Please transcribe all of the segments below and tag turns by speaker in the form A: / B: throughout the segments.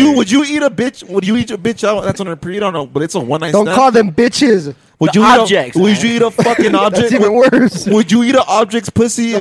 A: Would you eat a bitch? Would you eat a bitch out? That's on a pre. I don't know, but it's a one night.
B: Don't
A: stand.
B: call them bitches.
A: Would
C: the
A: you eat
C: objects,
A: A, would
C: man.
A: you eat a fucking object?
B: That's even
A: would,
B: worse.
A: would you eat an object's pussy?
B: no.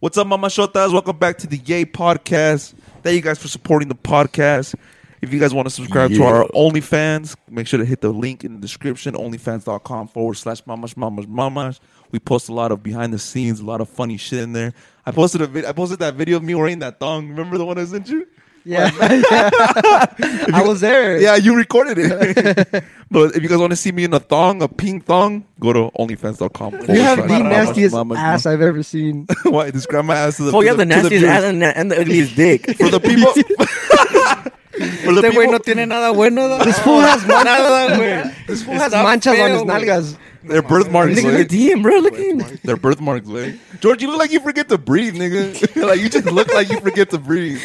A: What's up, Mama Shotas? Welcome back to the Yay Podcast. Thank you guys for supporting the podcast. If you guys want to subscribe to our OnlyFans, make sure to hit the link in the description, onlyfans.com forward slash mamash mamash mamash. We post a lot of behind the scenes, a lot of funny shit in there. I posted a vid- I posted that video of me wearing that thong. Remember the one I sent you?
B: Yeah. I was there.
A: Yeah, you recorded it. but if you guys want to see me in a thong, a pink thong, go to onlyfans.com.
B: You have
A: forward slash
B: the
A: mamash
B: nastiest
A: mamash
B: ass I've ever seen.
A: mamash. Why? Describe my ass to the to
C: Oh, you have the
A: to
C: nastiest
A: viewers.
C: ass and the, and the ugliest dick.
A: For the people. for the
D: Este güey
A: people.
D: no tiene nada bueno. da-
B: This fool has man-
D: nada, güey.
B: This fool has
D: Está
B: manchas on
D: feo,
B: his
D: güey.
B: nalgas.
A: Their birthmarks,
C: Nigga, look
A: like,
C: at him, bro. Look at him.
A: their birthmarks, like. George, you look like you forget to breathe, nigga. like you just look like you forget to breathe.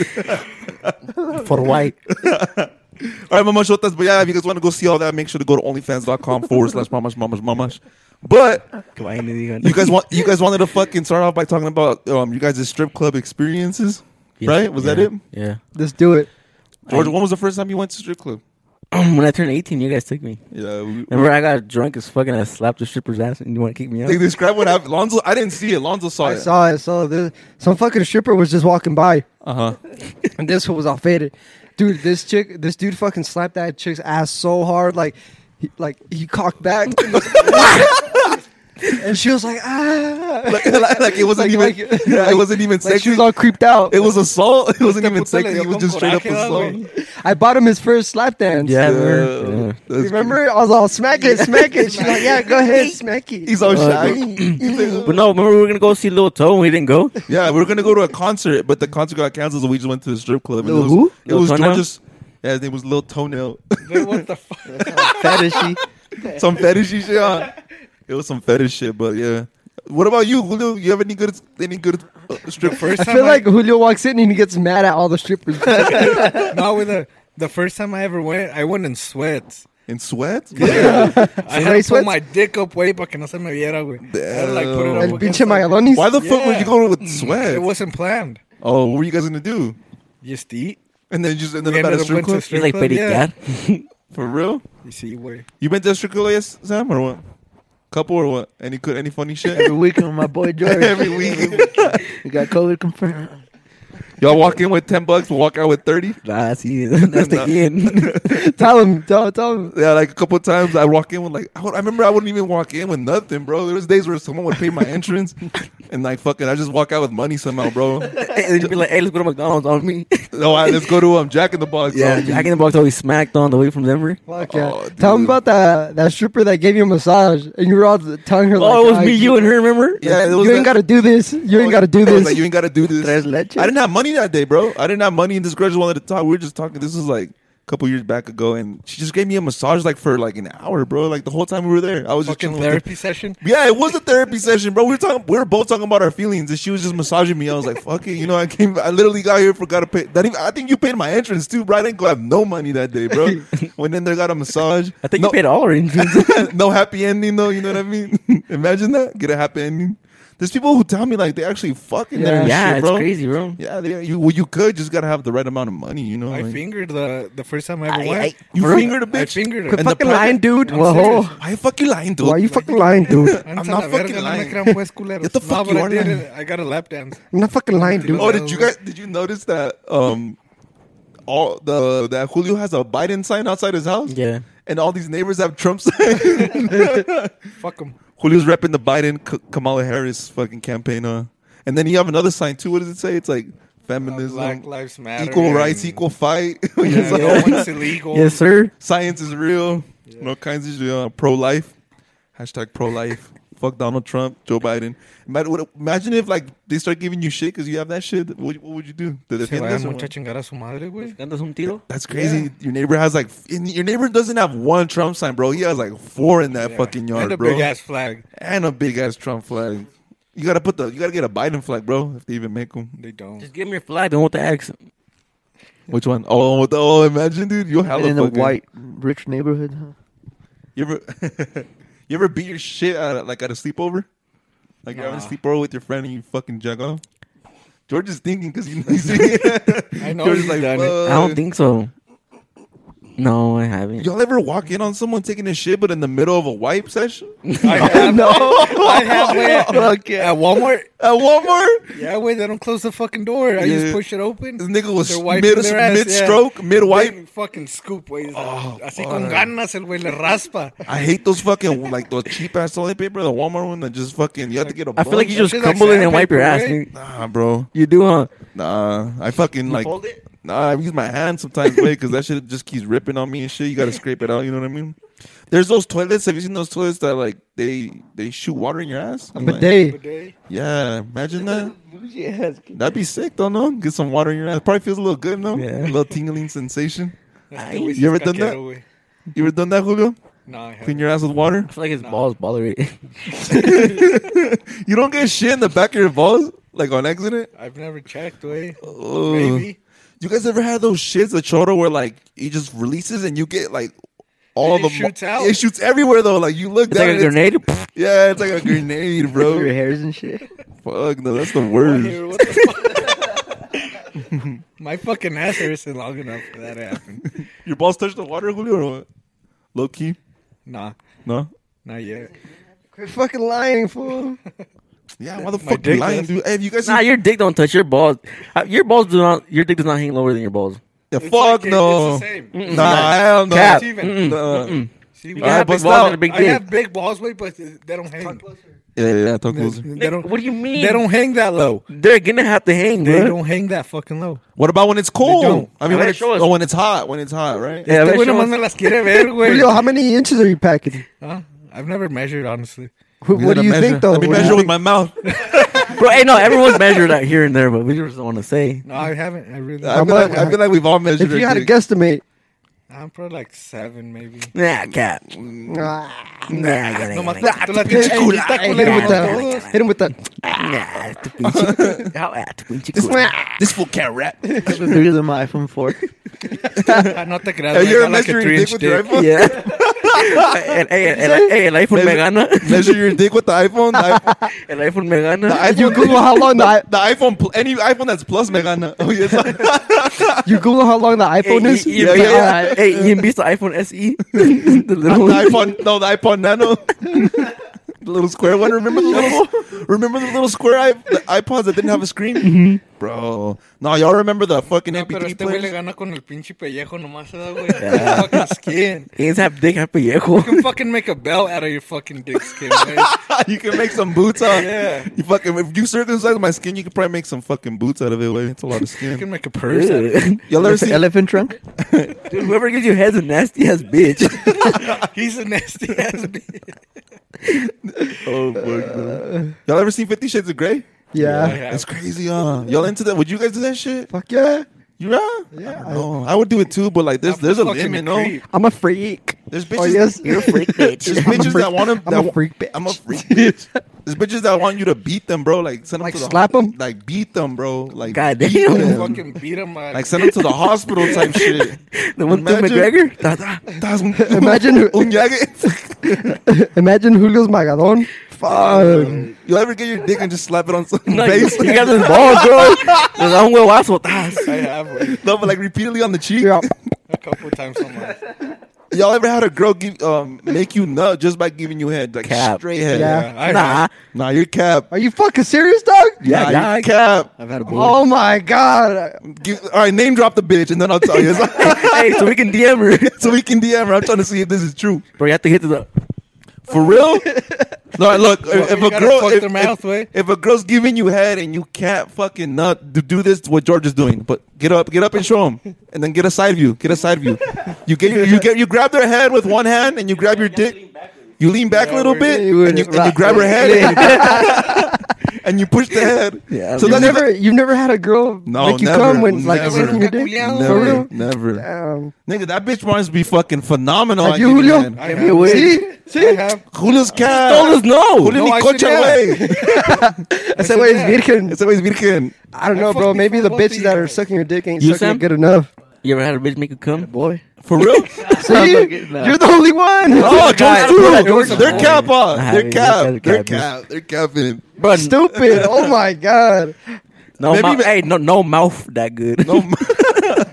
B: For white.
A: All right, mamash shotas. But yeah, if you guys want to go see all that, make sure to go to onlyfans.com forward slash mamash mamash mamash. But you guys want you guys wanted to fucking start off by talking about um you guys' strip club experiences, right? Was that it?
C: Yeah.
B: Let's do it.
A: George, when was the first time you went to strip club?
C: when I turned 18, you guys took me.
A: Yeah. we-
C: Remember, I got drunk as fuck and I slapped the stripper's ass and you want to kick me out?
A: Like, describe what happened. Lonzo, I didn't see it. Lonzo saw
B: I
A: it.
B: saw it. So there, some fucking stripper was just walking by,
A: Uh huh.
B: and this fool was all faded. Dude, this chick, this dude fucking slapped that chick's ass so hard, like, he, like he cocked back, and she was like, ah,
A: like, like, like it wasn't
B: Like-
A: even
B: like-
A: it wasn't even
B: like she
A: sexy.
B: was all creeped out.
A: it was assault. It wasn't even
D: puto le
A: sexy.
D: dio
A: It was
D: con
A: just straight up
D: coraje, da,
A: assault.
D: güey.
B: I bought him his first slap dance.
C: Yeah.
A: Yeah. That's
B: remember? I was all smack it, smack it. She's like, yeah, go ahead, smack
A: cute.
B: it.
A: He's all
E: Uh,
A: shy.
C: But no, remember, we were going to go see Lil Toe and we didn't go?
A: yeah, we were gonna go to a concert, but the concert got canceled, so we just went to the strip club. and
B: Lil
A: it was,
B: who?
A: It
C: Lil
A: was
C: Toenail?
A: George's. Yeah, his name was Lil Toenail.
D: Güey, what the fuck?
B: fetishy.
A: some fetishy shit. huh? It was some fetish shit, but yeah. What about you, Julio? You have any good any good uh, strip first?
B: I feel like Julio walks in and he gets mad at all the strippers.
D: No, with the the first time I ever went, I went in sweats.
A: In sweat?
D: I had to
B: gray
D: put
B: sweats?
D: my dick up, way para que no se me viera, güey. I had to, like put it up
B: El
D: against
B: pinche
D: the-
B: Magalonis.
A: Why the fuck were
D: Yeah.
A: you going with
D: It
A: sweat?
D: wasn't planned.
A: oh, what were you guys gonna do?
D: Just eat.
A: And then you just ended
D: We
A: up at
D: ended
A: a
D: up
A: strip
D: going to
A: club
C: He's like,
D: Strip
C: Petty
D: club, yeah.
C: Cat.
A: for real?
D: You see, güey.
A: You been to a strip club, yes, Sam, or what? Couple or what? Any good, any funny shit?
E: Every week on my boy George.
A: Every week,
E: we got COVID confirmed.
A: y'all walk in with ten bucks, walk out with thirty.
C: Nah, see, that's the end.
B: Tell him, tell, tell him.
A: Yeah, like a couple times I walk in with like I, would- I remember I wouldn't even walk in with nothing, bro. There was days where someone would pay my entrance, and like fucking, I just walk out with money somehow, bro.
C: and you'd be like, hey, let's go to McDonald's on me.
A: No, I, let's go to um Jack in the Box.
C: yeah,
A: homie.
C: Jack in the Box always smacked on the way from Denver.
B: Fuck yeah.
A: Oh,
B: Tell him
A: dude.
B: about that that stripper that gave you a massage, and you were all telling her like,
C: oh, it was
B: "Ah,
C: me, you, and her, remember?
A: yeah. It was
B: You ain't
A: that-
B: gotta do this. You ain't gotta do
A: I was
B: this.
A: Like, you ain't gotta do this.
E: Tres leches.
A: I didn't have money that day, bro. I didn't have money, and this girl just wanted to talk. We were just talking. This was like a couple years back ago, and she just gave me a massage like for like an hour, bro. Like the whole time we were there, I was just
D: Fucking
A: chilling with her.
D: therapy session.
A: Yeah, it was a therapy session, bro. We were talking. We were both talking about our feelings, and she was just massaging me. I was like, "Fuck it," you know. I came. I literally got here, forgot to pay. That even, I think you paid my entrance too, bro. I didn't have no money that day, bro. Went in there, got a massage.
C: I think
A: no,
C: you paid all our entrance.
A: no happy ending though. You know what I mean? Imagine that. Get a happy ending. There's people who tell me like they actually fucking there. and
C: yeah,
A: shit,
C: it's
A: bro.
C: crazy, bro.
A: Yeah, they, you well, you could just gotta have the right amount of money, you know.
D: I
A: like-
D: fingered the the first time I ever
C: Ay,
D: went.
C: ay.
A: you
C: Bro,
A: fingered a
D: I
A: bitch.
D: fingered her.
B: Quit
A: And the
B: fucking
A: private-
B: lying, dude.
D: I'm
B: Whoa.
D: serious.
A: Why you fucking lying, dude?
B: Why you fucking lying, dude?
D: I'm
A: I'm not
D: not
A: fucking
D: fucking
A: lying.
D: lying. What
A: Get the fuck you
D: I
A: are
D: did
A: lying.
D: it. I got a lap dance.
B: I'm not fucking lying, dude.
A: oh, did you guys? Did you notice that? Um, all the that Julio has a Biden sign outside his house.
C: Yeah.
A: and all these neighbors have Trump signs.
D: Fuck him.
A: Julio's repping the Biden K- Kamala Harris fucking campaign, huh? And then you have another sign too. What does it say? It's like feminism,
D: Black Lives Matter.
A: equal
D: and-
A: rights, equal fight.
D: Yeah, no one's illegal.
C: Yes, sir.
A: Science is real. No kinds of shit, uh, pro life. Hashtag pro life. Fuck Donald Trump, Joe Biden. Ima- what- Imagine if like they start giving you shit because you have that shit. What, what would you do? To
D: Se
A: defend
D: vaya
A: this or
D: mucho a
A: what?
D: chingar a su madre, güey.
C: ¿Cantas un tiro?
A: That's crazy. Your neighbor has like f- and your neighbor doesn't have one Trump sign, bro. He has like four in that fucking yard,
D: And a
A: bro,
D: big ass flag.
A: and a big ass Trump flag. You gotta put the you gotta get a Biden flag, bro, if they even make them.
D: They don't.
C: Just give me your flag. Don't want the accent.
A: Which one? Oh, with the- oh, imagine, dude, you'll have
E: And in a
A: fucking-
E: white, rich neighborhood. Huh?
A: You ever you ever beat your shit out of, like at a sleepover? Like you're having a sleepover with your friend and you fucking jug off. George is thinking because he knows. I
D: I know he's done it.
C: I
A: Uh,
C: don't think so. No, I haven't.
A: Y'all ever walk in on someone taking a shit, but in the middle of a wipe session
D: I have, no. I have way at, at Walmart.
A: at Walmart?
D: Yeah, wait, they don't close the fucking door. I
A: Yeah.
D: just push it open.
A: This nigga was
D: They're wiping
A: mid
D: their ass,
A: mid
D: yeah.
A: stroke, mid wipe.
D: They Fucking scoop, güey.
A: Oh,
D: Así con ganas el güey le raspa.
A: I hate those fucking like those cheap ass toilet paper, the Walmart one that just fucking you have to get a.
C: I feel like you
A: bunch.
C: just
D: It's like
C: crumble it and wipe your ass.
D: sandpaper, right?
C: dude.
A: nah, bro.
C: You do, huh?
A: Nah, I fucking like. Nah, I use my hand sometimes, way because that shit just keeps ripping on me and shit. You gotta scrape it out. You know what I mean? There's those toilets. Have you seen those toilets that like they they shoot water in your ass? I'm
B: But
A: like,
B: they,
A: yeah, imagine that.
E: Yes.
A: That'd be sick, though. No, get some water in your ass. Probably feels a little good, no?
C: Yeah.
A: A little tingling sensation.
D: Ay,
A: you ever done that? You ever done that, Julio?
D: No, I haven't.
A: Clean your ass with water.
C: I feel like his balls bother it.
A: You don't get shit in the back of your balls like on accident.
D: I've never checked, way.
A: Oh.
D: Maybe.
A: You guys ever had those shits at Choro where like it just releases and you get like all
D: It
A: the
D: shoots out.
A: It shoots everywhere though. Like you look
C: It's
A: down.
C: like a
A: and it's-
C: grenade.
A: Yeah, it's like a grenade,
E: Your
A: bro.
E: hairs and shit.
A: Fuck no, that's the worst.
D: Here, what the fuck? My fucking ass isn't long enough for that to happen.
A: Your balls touch the water, Julio, or what? Low key?
D: Nah,
A: No.
D: not yet.
B: quit fucking lying, fool.
A: Yeah, why the fuck
D: dick
A: you lying,
D: does.
A: dude? Hey, have you guys
C: Nah,
A: seen-
C: your dick don't touch your balls. Uh, Your balls do not. Your dick does not hang lower than your balls.
A: Yeah,
D: It's
A: fuck
D: like it-
A: no. Mm.
D: It's the same.
A: Nah, hell no.
C: Cap.
D: It's even.
A: Nah.
D: See,
C: You
D: I
C: can have
A: but
C: big balls
A: still,
C: and a big
D: I
C: dick.
D: have big balls, way, but they they don't hang.
A: Yeah, yeah, yeah, talk closer.
D: They don't.
C: what do you mean?
D: They don't hang that low.
C: They're gonna have to hang,
D: They
C: bro.
D: don't hang that fucking low.
A: What about when it's cold?
D: don't.
A: I mean, when
C: Alright,
A: it's,
C: show us.
A: oh, when it's hot, when it's hot, right?
C: Yeah,
D: Este
C: that
D: güey
C: shit
D: nomás
C: was-
D: me las quiere ver,
B: Julio,
D: güey.
B: how many inches are you packing?
D: Huh? I've never measured, honestly.
B: Wh-
A: We
B: What do
A: gotta
B: you
A: measure.
B: think, though?
A: Let me
B: What do you
A: measure with
B: think?
A: my mouth.
C: bro. Hey, no, everyone's measured out here and there, but we just don't want to say.
D: No, I haven't. I really.
A: I
D: I'm,
A: feel, like, I feel like we've all measured.
B: If you
A: our
B: had a
A: dick.
B: guesstimate,
D: probably like seven, maybe.
C: Nah, cap.
B: ah,
C: Nah, nah,
D: No
C: nah,
D: más.
C: nah,
D: Tú la
B: hey,
D: pinche
B: hey,
D: culita,
B: hey, hit him with
D: culero.
B: that. Hit him with that.
C: nah, tu pinche- How at tu pinche
B: This
C: culo.
A: this fool can't rap.
E: Bigger than my iPhone 4.
D: Ah, No te creas.
A: Have
D: güey,
A: you ever
D: got like a
A: measured your dick
D: three-inch
A: with your
D: dick.
A: iPhone?
C: Yeah. hey, hey, hey, hey, el iPhone me gana.
A: Measure your dick with the iPhone. The iPhone,
C: El iPhone me
A: the
C: gana.
A: iPhone,
B: You Google how long the i-
A: the iPhone pl- any iPhone that's plus Megana. Oh yes.
B: you Google how long the iPhone
C: Hey,
B: is.
C: you- you-
A: Yeah, yeah, yeah.
C: alright. Hey, you missed the iPhone SE. the little
A: the
C: one.
A: iPhone, no, the iPhone Nano, the little square one. Remember the little, remember the little square i- the iPods that didn't have a screen,
B: Mm-hmm.
A: bro. No, y'all remember the fucking
D: No, pero
A: MP3
D: este güey le
A: players?
D: gana con el pinche pellejo nomás, ¿verdad, güey. Fucking skin.
C: Hands have dick, have pellejo.
D: You can fucking make a belt out of your fucking dick skin, güey.
A: you can make some boots out.
D: Yeah.
A: You fucking if you circumcise my skin, you could probably make some fucking boots out of it. Wait, it's a lot of
D: You
A: skin.
D: can make a purse out of it.
C: Dude,
A: Y'all ever
E: Elephant,
A: seen?
E: elephant trunk?
C: Whoever gives you heads a nasty ass bitch.
D: He's a nasty ass bitch.
A: Oh fuck, no. Y'all ever seen Fifty Shades of Grey?
B: Yeah.
D: Yeah.
A: Ah, It's crazy, huh? Y'all into that? Would you guys do that shit?
B: Fuck yeah.
A: You yeah?
B: Yeah,
A: I, no, I would do it too, but like there's
D: I'm
A: there's a
D: fucking
A: limit, no?
D: creep.
B: I'm a freak.
A: There's bitches.
B: Oh, yes.
C: You're a freak bitch.
A: There's bitches that want to.
B: I'm a freak bitch.
A: I'm a freak bitch. There's bitches that want you to beat them, bro. Like send them
B: Like,
A: to the
B: slap 'em?
A: Like beat them, bro. Like
C: God
D: You
C: damn.
D: fucking beat him. uh,
A: like send them to the hospital type shit.
C: The one with
A: Imagine-
C: McGregor? Da, da.
A: That's un,
B: Imagine who-
A: un llague.
B: Imagine Julio's Magadon. Fuck.
A: You'll ever get your dick and just slap it on some
C: No, you
A: face.
C: you got those balls, bro. Los da un huevazo. tas.
D: I have güey,
A: No, but like repeatedly on the cheek.
B: Yeah.
D: a couple times on my
A: Y'all ever had a girl give um make you nut just by giving you head like
C: Cap.
A: straight head?
B: Yeah.
D: I
C: Nah.
A: Nah, you're cap.
B: Are you fucking serious, dog?
A: Yeah, nah,
C: yeah,
A: you're cap.
E: I've had a boy.
B: Oh my god.
A: Give, all right, name drop the bitch, and then I'll tell you.
C: hey, so we can DM her.
A: so we can DM her. I'm trying to see if this is true.
C: Bro, you have to hit the.
A: For real? no, look. If, if
D: you
A: a
D: gotta
A: girl,
D: fuck
A: if,
D: their mouth,
A: if,
D: wey.
A: if a girl's giving you head and you can't fucking not do, do this, what George is doing, but get up, get up and show him, and then get a side view, get a side view. You get, your- you get, you grab their head with one hand, and you grab your dick. You lean back a
D: Yeah,
A: little
D: we're-
A: bit,
B: you
A: and you,
B: would-
A: and you grab her head, and you, and you push the head.
C: Yeah,
A: So
C: you
B: You've
A: that's
B: never, you've never had a girl
A: No,
B: make you
A: never,
B: come when like
A: never.
B: sucking your dick.
D: Never.
B: For
A: never,
B: real?
A: never.
B: Damn.
A: Nigga, that bitch wants to be fucking phenomenal.
B: Have
A: at
B: you,
A: giving
B: Julio?
A: head.
D: I have.
B: See,
D: I have.
A: Julio's cat.
C: Told us no.
A: Julio
D: No,
A: ni
D: I
A: cocha,
D: said yeah.
A: güey.
B: ese way is virgin.
A: Ese güey's virgen.
B: I don't
D: I
B: know,
D: fucked
B: bro.
D: me
B: Maybe
D: for
B: the
D: both of
B: bitches
D: you
B: that are
D: guys.
B: sucking your dick ain't
C: You,
B: sucking
C: Sam?
B: it good enough.
C: You ever had a bitch make you come?
E: Boy.
A: For real?
B: See?
E: fucking- nah.
B: You're the only one.
A: oh,
D: God.
A: George
D: George
A: Drew. They're
D: Floyd.
A: cap on.
C: Nah,
A: They're
C: you guys are
A: cap. They're
C: capping.
A: cap. They're capping.
C: Bro,
B: Stupid. Oh my god.
C: no
A: maybe
C: mou-
A: even-
C: Hey, no, no mouth that good.
A: No, that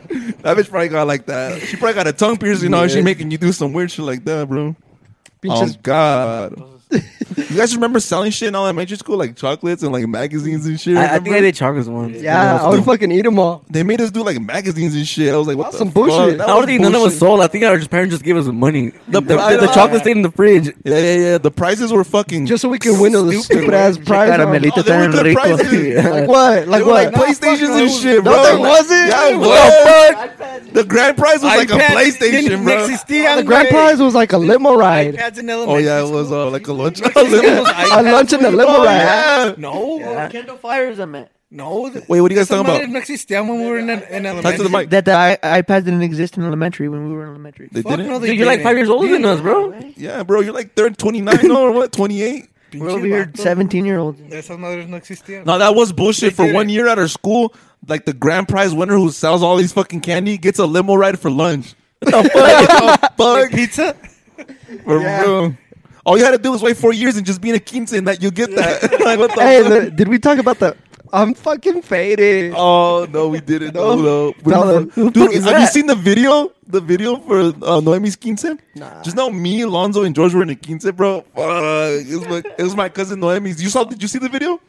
A: bitch probably got like that. She probably got a tongue piercing on. She making you do some weird shit like that, bro. Oh
B: Bitches-
A: God! you guys remember selling shit in all elementary school, like chocolates and like magazines and shit.
C: I, I think
A: remember?
C: I did chocolates once.
B: yeah, I would fucking eat them all.
A: they made us do like magazines and shit. I was like, what
B: That's
A: the
B: some
A: fuck?
B: bullshit.
A: That
C: I
A: was
C: don't think none of us
A: bullshit.
C: sold. I think our parents just gave us money. The, the,
A: I
C: the, the
A: know.
C: chocolate stayed in the fridge.
A: Yeah, yeah, yeah. The prices were fucking.
B: Just so we could win those stupid ass prize. on-
E: Caramelito
A: Oh, they were
E: tan
A: good
E: rico.
A: prices.
B: Like what?
A: They
B: Like
A: were like
B: what?
A: PlayStations and shit, bro.
B: No, there wasn't.
A: Yeah, it
B: What
A: was. The grand prize was like a
D: iPad
A: PlayStation,
D: didn't
A: bro.
D: existían,
B: the grand
D: güey.
B: prize was like a limo ride.
D: iPads in
A: Oh
D: elementary
A: yeah, it
D: school.
A: was uh, like a lunch.
B: A lunch and a limo
A: Oh,
B: ride.
A: yeah.
D: No,
E: Kendall fires them at.
D: no.
A: Wait, what are you guys
D: Esa
A: talking
D: madre
A: about?
D: No existían when we were in, in elementary.
A: Talk to the mic.
E: That the i- iPads didn't exist in elementary when we were in elementary.
A: They
D: Fuck
A: didn't.
D: no, they
C: Dude, you're like
D: didn't.
C: five years older than us, bro.
A: Yeah, bro, you're like third 29 no, or what? 28?
E: We're over here,
D: Pinche vato.
E: seventeen year olds.
D: Esas madres no existían.
A: No, that was bullshit.
D: They
A: For
D: did
A: one
D: it.
A: year at our school, like the grand prize winner who sells all these fucking candy gets a limo ride for lunch.
D: Like pizza.
A: For real. All you had to do was wait four years and just be in a quince and that you get that. like, what the
B: Hey,
A: fuck?
B: look, did we talk about the? I'm fucking faded.
A: Oh no, we didn't. No, no.
B: No,
A: Dude,
B: who the
A: dude,
B: fuck is
A: have you
B: that?
A: seen the video? The video for uh, Noemi's quince? Nah. Just now, me, Lonzo, and George were in a quince, bro. Fuck. it, was my, it was my cousin Noemi's. You saw? Did you see the video?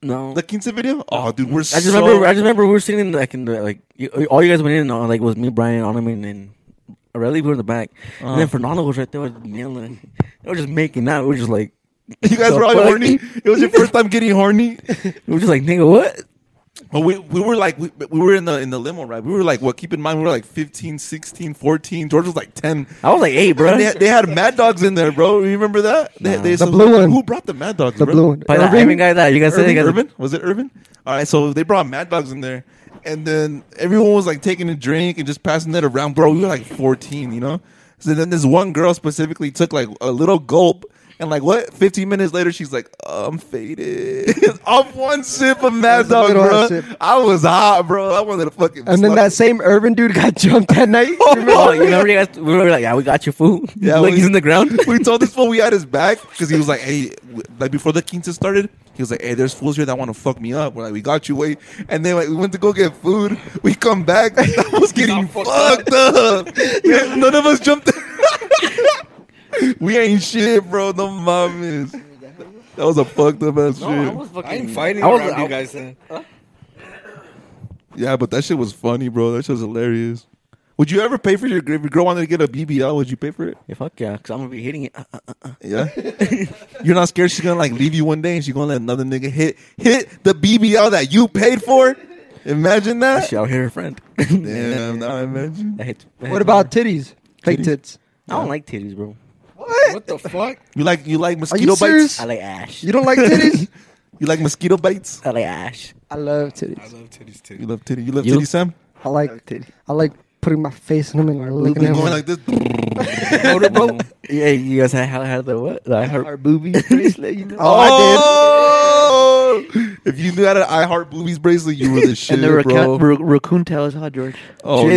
C: No,
A: The quince video? Oh, dude, we're
C: I just
A: so
C: remember. I just remember we were sitting in like in the like you, all you guys went in on like was me, Brian, Onaman, and Aureli. We were in the back, and then Fernando was right there with Neil, and they were just making out. We were just like,
A: You guys
C: The
A: were all
C: fuck?
A: horny. It was your first time getting horny.
C: we were just like, nigga, what?
A: But we, we were like we, we were in the in the limo ride. We were like what? Keep in mind we were like 15, 16, 14. George was like ten.
B: Ah,
C: I was like, hey, bro.
A: And they, they had mad dogs in there, bro. You remember that? They, they-
B: The blue one.
A: Who brought the mad dogs?
B: The
A: bro?
B: blue one.
C: By that
B: Irving?
C: Irving guy that you guys said
A: Irvin,
C: they got the-
A: Irvin? was it Irvin? All right, so they brought mad dogs in there, and then everyone was like taking a drink and just passing it around, bro. We were like fourteen, you know. So then this one girl specifically took like a little gulp, and like what? Fifteen minutes later, she's like, "I'm faded." Off one sip of mad
B: That's a
A: dog,
B: little
A: bro.
B: ass sip.
A: I was hot, bro. I wanted to fucking.
B: And then
A: slap-
B: that same urban dude got jumped that night.
C: Oh, you remember you guys? We were like, yeah, we got you, fool.
A: Yeah,
C: like
A: we-
C: he's in the ground.
A: we told this fool we had his back because he was like, "Hey, w- like before the quinta started, he was like, "Hey, there's fools here that want to fuck me up." We're like, "We got you, wait." And then like we went to go get food. We come back, I was getting
D: fucked
A: fucked up. Yeah, None of us jumped. we ain't shit, bro. No mames. That was a fucked up ass shit.
D: I ain't fighting
C: I was-
D: around
C: I-
D: you guys eh. then.
A: yeah, but that shit was funny, bro. That shit was hilarious. Would you ever pay for your if your girl wanted to get a BBL? Would you pay for it?
C: Yeah, fuck yeah, because I'm gonna be hitting it. Uh, uh, uh.
A: Yeah. You're not scared she's gonna like leave you one day and she's gonna let another nigga hit hit the BBL that you paid for? Imagine that.
C: Shit, I'll hit her friend.
A: Damn, now imagine.
C: That hits- that
B: What
C: hits
B: about
C: hard.
B: titties? Fake
A: Titties?
B: tits.
C: I don't like titties, bro.
D: What the fuck?
A: You like you like
B: Are
A: mosquito
B: you
A: bites?
B: serious?
C: I like ash.
B: You don't like titties?
A: You like mosquito bites?
C: I like ash.
B: I love
D: I
B: titties.
D: love titties
A: You
D: too.
A: love titty. You love
C: You-
A: titty, Sam?
B: I like I like putting my face in them and looking
A: You're
B: at
A: going
B: them.
A: like this.
C: Motorboat. yeah, you guys had, had, had the what? The I heart.
E: Our boobies bracelet, you know.
A: Oh, if you knew how to I Heart Boobies bracelet, you were the shit,
E: and the
A: bro.
E: raccoon, ra- raccoon tails, huh, George?
A: oh,
C: Chill.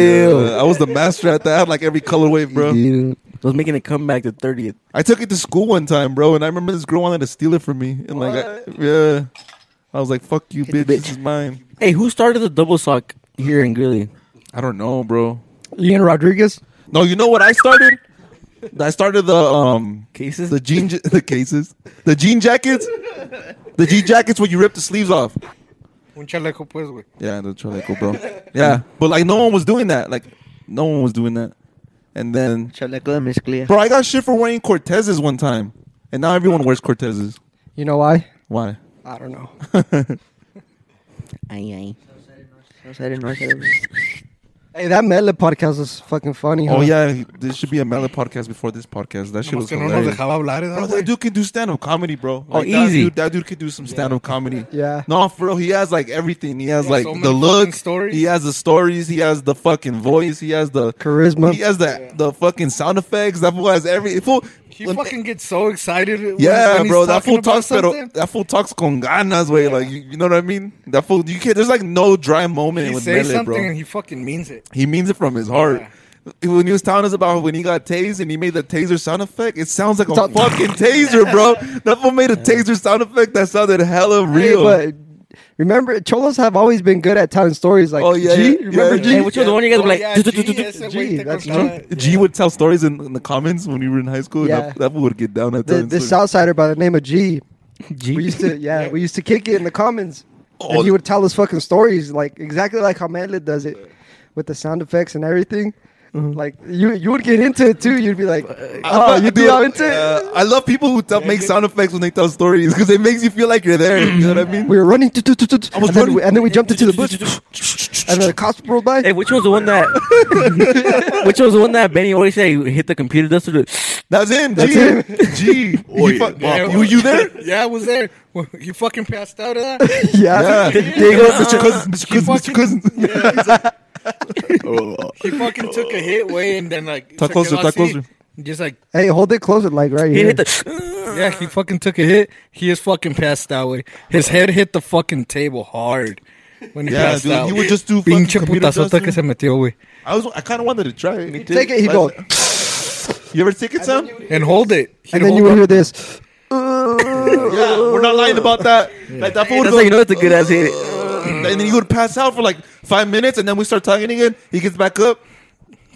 A: yeah. I was the master at that. I had like every colorway, bro.
C: Dude, I was making a comeback the 30th.
A: I took it to school one time, bro, and I remember this girl wanted to steal it from me, and like, I, yeah, I was like, "Fuck you, bitch, This is mine."
C: Hey, who started the double sock here in Greeley?
A: I don't know, bro.
B: Ian Rodriguez.
A: No, you know what I started? I started the um
C: Cases?
A: the jean, ja- the cases, the jean jackets, the jean jackets where you rip the sleeves off.
D: Un chaleco pues, güey.
A: Yeah, the chaleco, bro. Yeah, but like no one was doing that. Like no one was doing that. And then,
E: Chaleco de mezclilla.
A: bro, I got shit for wearing Cortezes one time, and now everyone wears Cortezes.
B: You know why?
A: Why?
B: I don't know.
C: Aye, aye.
E: No side and no side.
B: Hey, that Medley podcast was fucking funny. Huh?
A: Oh yeah, this should be a mellow podcast before this podcast. That shit
D: Nomás
A: was
D: que no nos
A: hilarious.
D: dejaba hablar,
A: Bro,
D: ¿eh?
A: that
D: güey?
A: dude can do stand up comedy, bro. Like,
C: easy.
A: That dude, that dude can do some stand up comedy.
B: Oh, Yeah.
A: No, for real, he has like everything. He has
D: Bro,
A: like
D: so many
A: the
D: fucking
A: look,
D: stories.
A: he has the stories, he has the fucking voice, he has the
B: Charisma.
A: he has the the fucking sound effects. That fool has every fool.
D: He fucking gets so excited. when-
A: yeah,
D: when he's
A: bro. That
D: talking
A: fool
D: about
A: talks, pero
D: something.
A: that fool talks con ganas, way. Like you, you know what I mean? That fool, you can't. There's like no dry moment
D: He
A: with
D: says
A: Mele,
D: something
A: bro.
D: and he fucking means it.
A: He means it from his heart. when he was telling us about when he got tased and he made the taser sound effect, it sounds like a
B: Sound-
A: fucking taser, bro. That fool made a taser sound effect that sounded hella real.
B: Hey, but remember, Cholos have always been good at telling stories like,
A: Oh, yeah,
B: G,
A: yeah,
B: remember
A: yeah,
B: G?
C: Hey, which was the one you guys
D: Oh,
C: were like?
D: yeah,
C: "Tut, tut,
D: G,
C: tut, tut,
D: ese
C: tut."
D: güey
B: G,
D: te
B: that's
D: contaba-
A: G would tell stories in, in the comments when we were in high school. and
B: Yeah.
A: that, that fool would get down at
B: The, this Southsider by the name of G. We used to, yeah, we used to kick it in the comments,
A: Oh.
B: and he would tell us fucking stories, like exactly like how Manlet does it, with the sound effects and everything.
A: Mm-hmm.
B: Like you, you would get into it too. You'd be like,
A: Uh,
B: oh, you do all into it.
A: I love people who tell, make sound effects when they tell stories because it makes you feel like you're there. You know what I mean?
B: We were running, tu- tu- tu- tu- tu-
A: was
B: and, then
A: running.
B: we, and then we jumped into the bush, and then the cops rolled by.
C: Hey, which was the one that? which was the one that Benny always said he hit the computer dust to the?
A: That's him. G. G. You, fuck-
D: Yeah,
A: you, you there?
D: Yeah, I was there. Well, You fucking passed out of that?
A: Yeah.
B: yeah,
A: Mr. Cousins. Mr. Cousins. Mr.
D: fucking-
A: Cousins.
D: He fucking took a hit way and then like
A: Talk
D: took
A: closer,
D: an
A: talk
D: LC.
A: closer.
D: Just like
B: Hey, hold it closer, like right
C: He
B: here.
C: hit the.
D: yeah, he fucking took a hit. He is fucking passed out way. His head hit the fucking table hard when he
A: Yeah,
D: passed
A: dude,
D: out.
A: you would just do fucking
D: pinche
A: computer
D: putazota que
A: adjustment.
D: se metió güey.
A: I was. I kind of wanted to try it.
B: Take it, he
A: Like-
B: go,
A: You ever take it, son?
D: and hold it. He'd
B: and then you
D: hold
B: would
D: it.
B: hear this.
A: Yeah, we're not lying about that. Like that fool would
C: That's
A: go,
C: how you know it's a good ass hit.
A: and then he would pass out for like five minutes, and then we start talking again. He gets back up.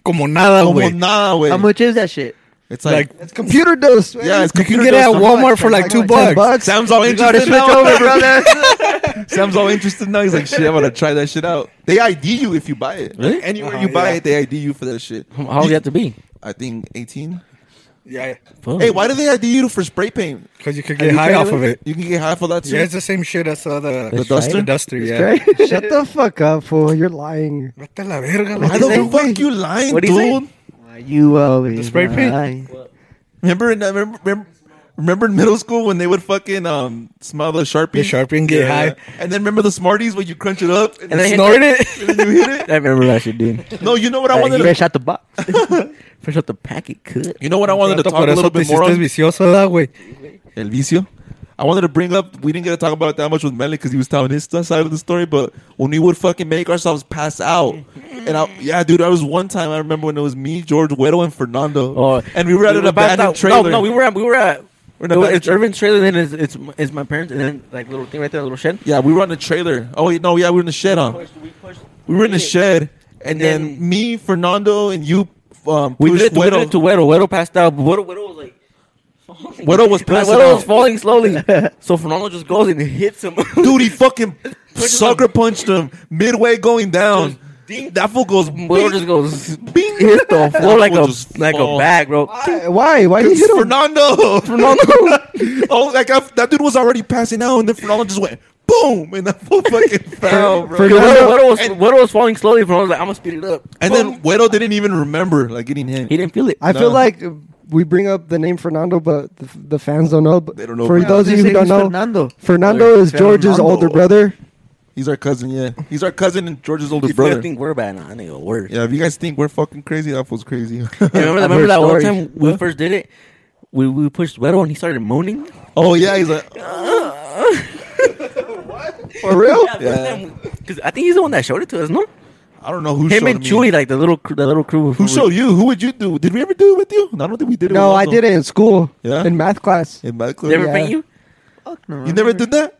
D: como nada,
A: Como
D: güey.
A: nada,
E: How
A: way.
E: much is that shit?
A: It's
D: Oh, Like
A: like,
B: It's computer dose.
A: yeah, it's
D: you can
A: computer
D: get it at
A: dose, huh?
D: Walmart for like two
B: ten
D: bucks.
B: bucks.
A: Sam's all
E: Gotta
A: interested
E: switch
A: now.
E: over, brother.
A: Sam's all interested now. He's like, shit, I want to try that shit out. They ID you if you buy it.
C: Really?
A: Anywhere you buy it, they ID you for that shit.
C: How old you have to be?
A: I think 18.
D: Yeah,
C: Fuck.
A: Hey, why do they ID you for spray paint?
D: because you could get high off of it.
A: You can get half of that too.
D: Yeah, it's the same shit as uh, the,
C: The
A: duster?
D: The duster, yeah.
B: Shut the fuck up, fool. You're lying.
D: Vete a la verga,
A: Why
D: la-
A: the
B: Same
A: fuck
B: way.
A: you lying,
C: What'd he say?
A: dude?
E: You uh, the
D: spray paint?
A: Remember in remember, remember remember in middle school when they would fucking um smell the sharpie,
D: The Sharpie and get high.
A: and then remember the Smarties when you crunch it up and,
C: And
A: then
C: then-
D: Snorted it.
A: you hit it.
C: I remember that shit, dude.
A: No, you know what I wanted.
E: fresh
A: To,
E: out the box.
C: Fresh out the packet, cut.
A: you know what I wanted to
D: Vato,
A: talk
D: por
A: a little
D: eso te
A: bit more
D: hiciste
A: on
D: vicioso, da, güey.
A: El Vicio. I wanted to bring up. We didn't get to talk about it that much with Melly because he was telling his side of the story. But when we would fucking make ourselves pass out, and I, yeah, dude, I was one time. I remember when it was me, George Weddle, and Fernando,
C: Oh,
A: and we were at an
C: passed
A: abandoned
C: out.
A: trailer.
C: No, no, we were at we were at.
A: We're in a
C: it was-
A: bad-
C: it's Irvin's trailer, then it's, it's it's my parents, and then like little thing right there, little shed.
A: Yeah, we were on the trailer. Oh wait, no, yeah, we were in the shed, huh?
C: We pushed.
A: We were in the shed, and then
C: Then-
A: me, Fernando, and you. Um,
C: We did
A: pushed
C: it to Weddle.
A: Weddle.
C: to Weddle. Weddle passed out. but Weddle, Weddle was like. falling.
A: Weddle was
C: Like,
A: passing
C: Weddle was
A: out.
C: falling slowly. so Fernando just goes and hits him.
A: dude, he fucking
C: Pushes
A: sucker punched him midway going down.
C: Just
A: That fool goes.
C: Weddle
A: bing,
C: just goes
A: bing.
C: hit the floor like
A: We'll just
C: a like
A: fall.
C: a bag, bro.
B: Why? Why? Why you hit him?
A: Fernando, Fernando. oh, like I, that dude was already passing out, and then Fernando just went boom, and that fool fucking fell, bro.
C: Dude, Weddle, Weddle was,
A: And-
C: Weddle was falling slowly. Fernando was like, "I'm gonna speed it up,"
A: And
C: Boom.
A: then Weddle didn't even remember like getting hit.
C: he didn't feel it.
B: I feel
A: No.
B: like we bring up the name Fernando, but the, the fans don't know. But
A: They don't know
B: For
A: Fernando.
B: those of you who don't know, Fernando,
E: Fernando.
B: is George's
A: Fernando.
B: older brother.
A: He's our cousin, yeah. He's our cousin and George's
C: If
A: older
C: you
A: brother.
C: think we're bad, nah, I nigga, worse.
A: Yeah, if you guys think we're fucking crazy, that fool's crazy.
C: Hey, remember
E: I've
C: remember
E: heard
C: that one
E: stories.
C: time we first did it? We, we pushed Weddle and he started moaning.
A: oh yeah, he's like,
B: For real?
C: Because I think he's the one that showed it to us, no?
A: I don't know who
C: Him
A: showed
C: and
A: me.
C: Chewy, like the little cr- the little crew.
A: Who showed you? Who would you do? Did we ever do it with you? No, I don't think we did it.
B: no,
A: with
B: I
A: Lonzo.
B: did it in school
A: Yeah?
B: in math class.
A: In my club.
C: Did ever
B: Yeah.
C: paint you?
E: Fuck no.
A: You never did that?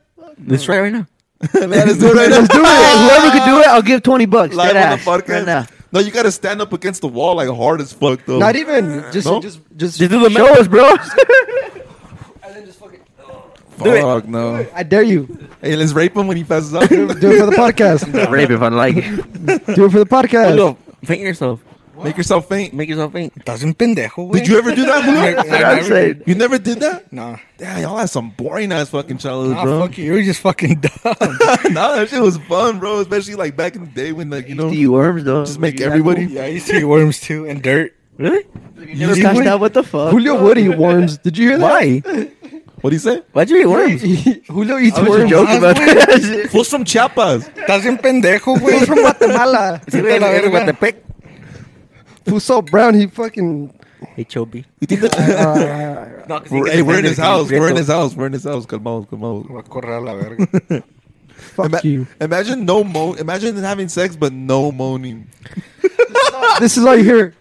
C: Let's try right now.
A: Let us do it right now.
E: Let's do it. Whoever could do it, I'll give twenty bucks.
A: Live
E: Dead
A: on the
E: ass.
A: podcast.
E: Right now.
A: No, you gotta stand up against the wall like hard as fuck though.
B: Not even just
A: No?
B: just just.
C: Just do the
E: Show us, bro.
C: it.
A: Fuck no.
B: I dare you.
A: Hey, let's rape him when he passes out.
B: Do it for the podcast.
E: Rape if I like it.
B: Do it for the
C: Oh,
B: podcast.
C: no, Paint yourself.
A: Make yourself faint.
C: Make yourself paint.
D: Estás un pendejo, güey.
A: Did you ever do that? Julio?
D: I
E: I'm
D: never-
E: saying.
A: you never did that?
D: Nah.
A: Damn, y'all had some boring ass fucking childhood,
D: Nah,
A: bro.
D: fuck you. You're just fucking dumb.
A: nah, that shit was fun, bro. Especially like back in the day when like you know
E: Do you worms though?
A: just make everybody
D: yeah, I used to eat worms too and dirt.
C: Really?
E: You never cashed out. What the fuck?
B: Julio Woody worms. Did you hear that?
C: Why?
A: what do you say?
C: Why'd you eat worms?
B: Julio eats
E: I was just
B: worms.
E: joking about that shit.
A: Fools from Chiapas.
D: Estás un pendejo, güey.
B: He's from Guatemala.
C: See, we had-
D: La
C: we had
D: verga.
C: Guatepec.
B: Who's so brown? He fucking.
C: Hey, Chobi.
A: You think that-
B: Uh,
C: No, 'cause
A: We're-
C: he gets
A: hey, we're in
C: offended
A: his
C: if
A: house.
C: he's
A: We're in
C: Prieto.
A: his house. We're in his house. Calmao, calmao.
D: Va a correr a la verga.
B: fuck
A: Ima-
B: you.
A: Imagine no mo. Imagine having sex but no moaning.
B: this is all you hear.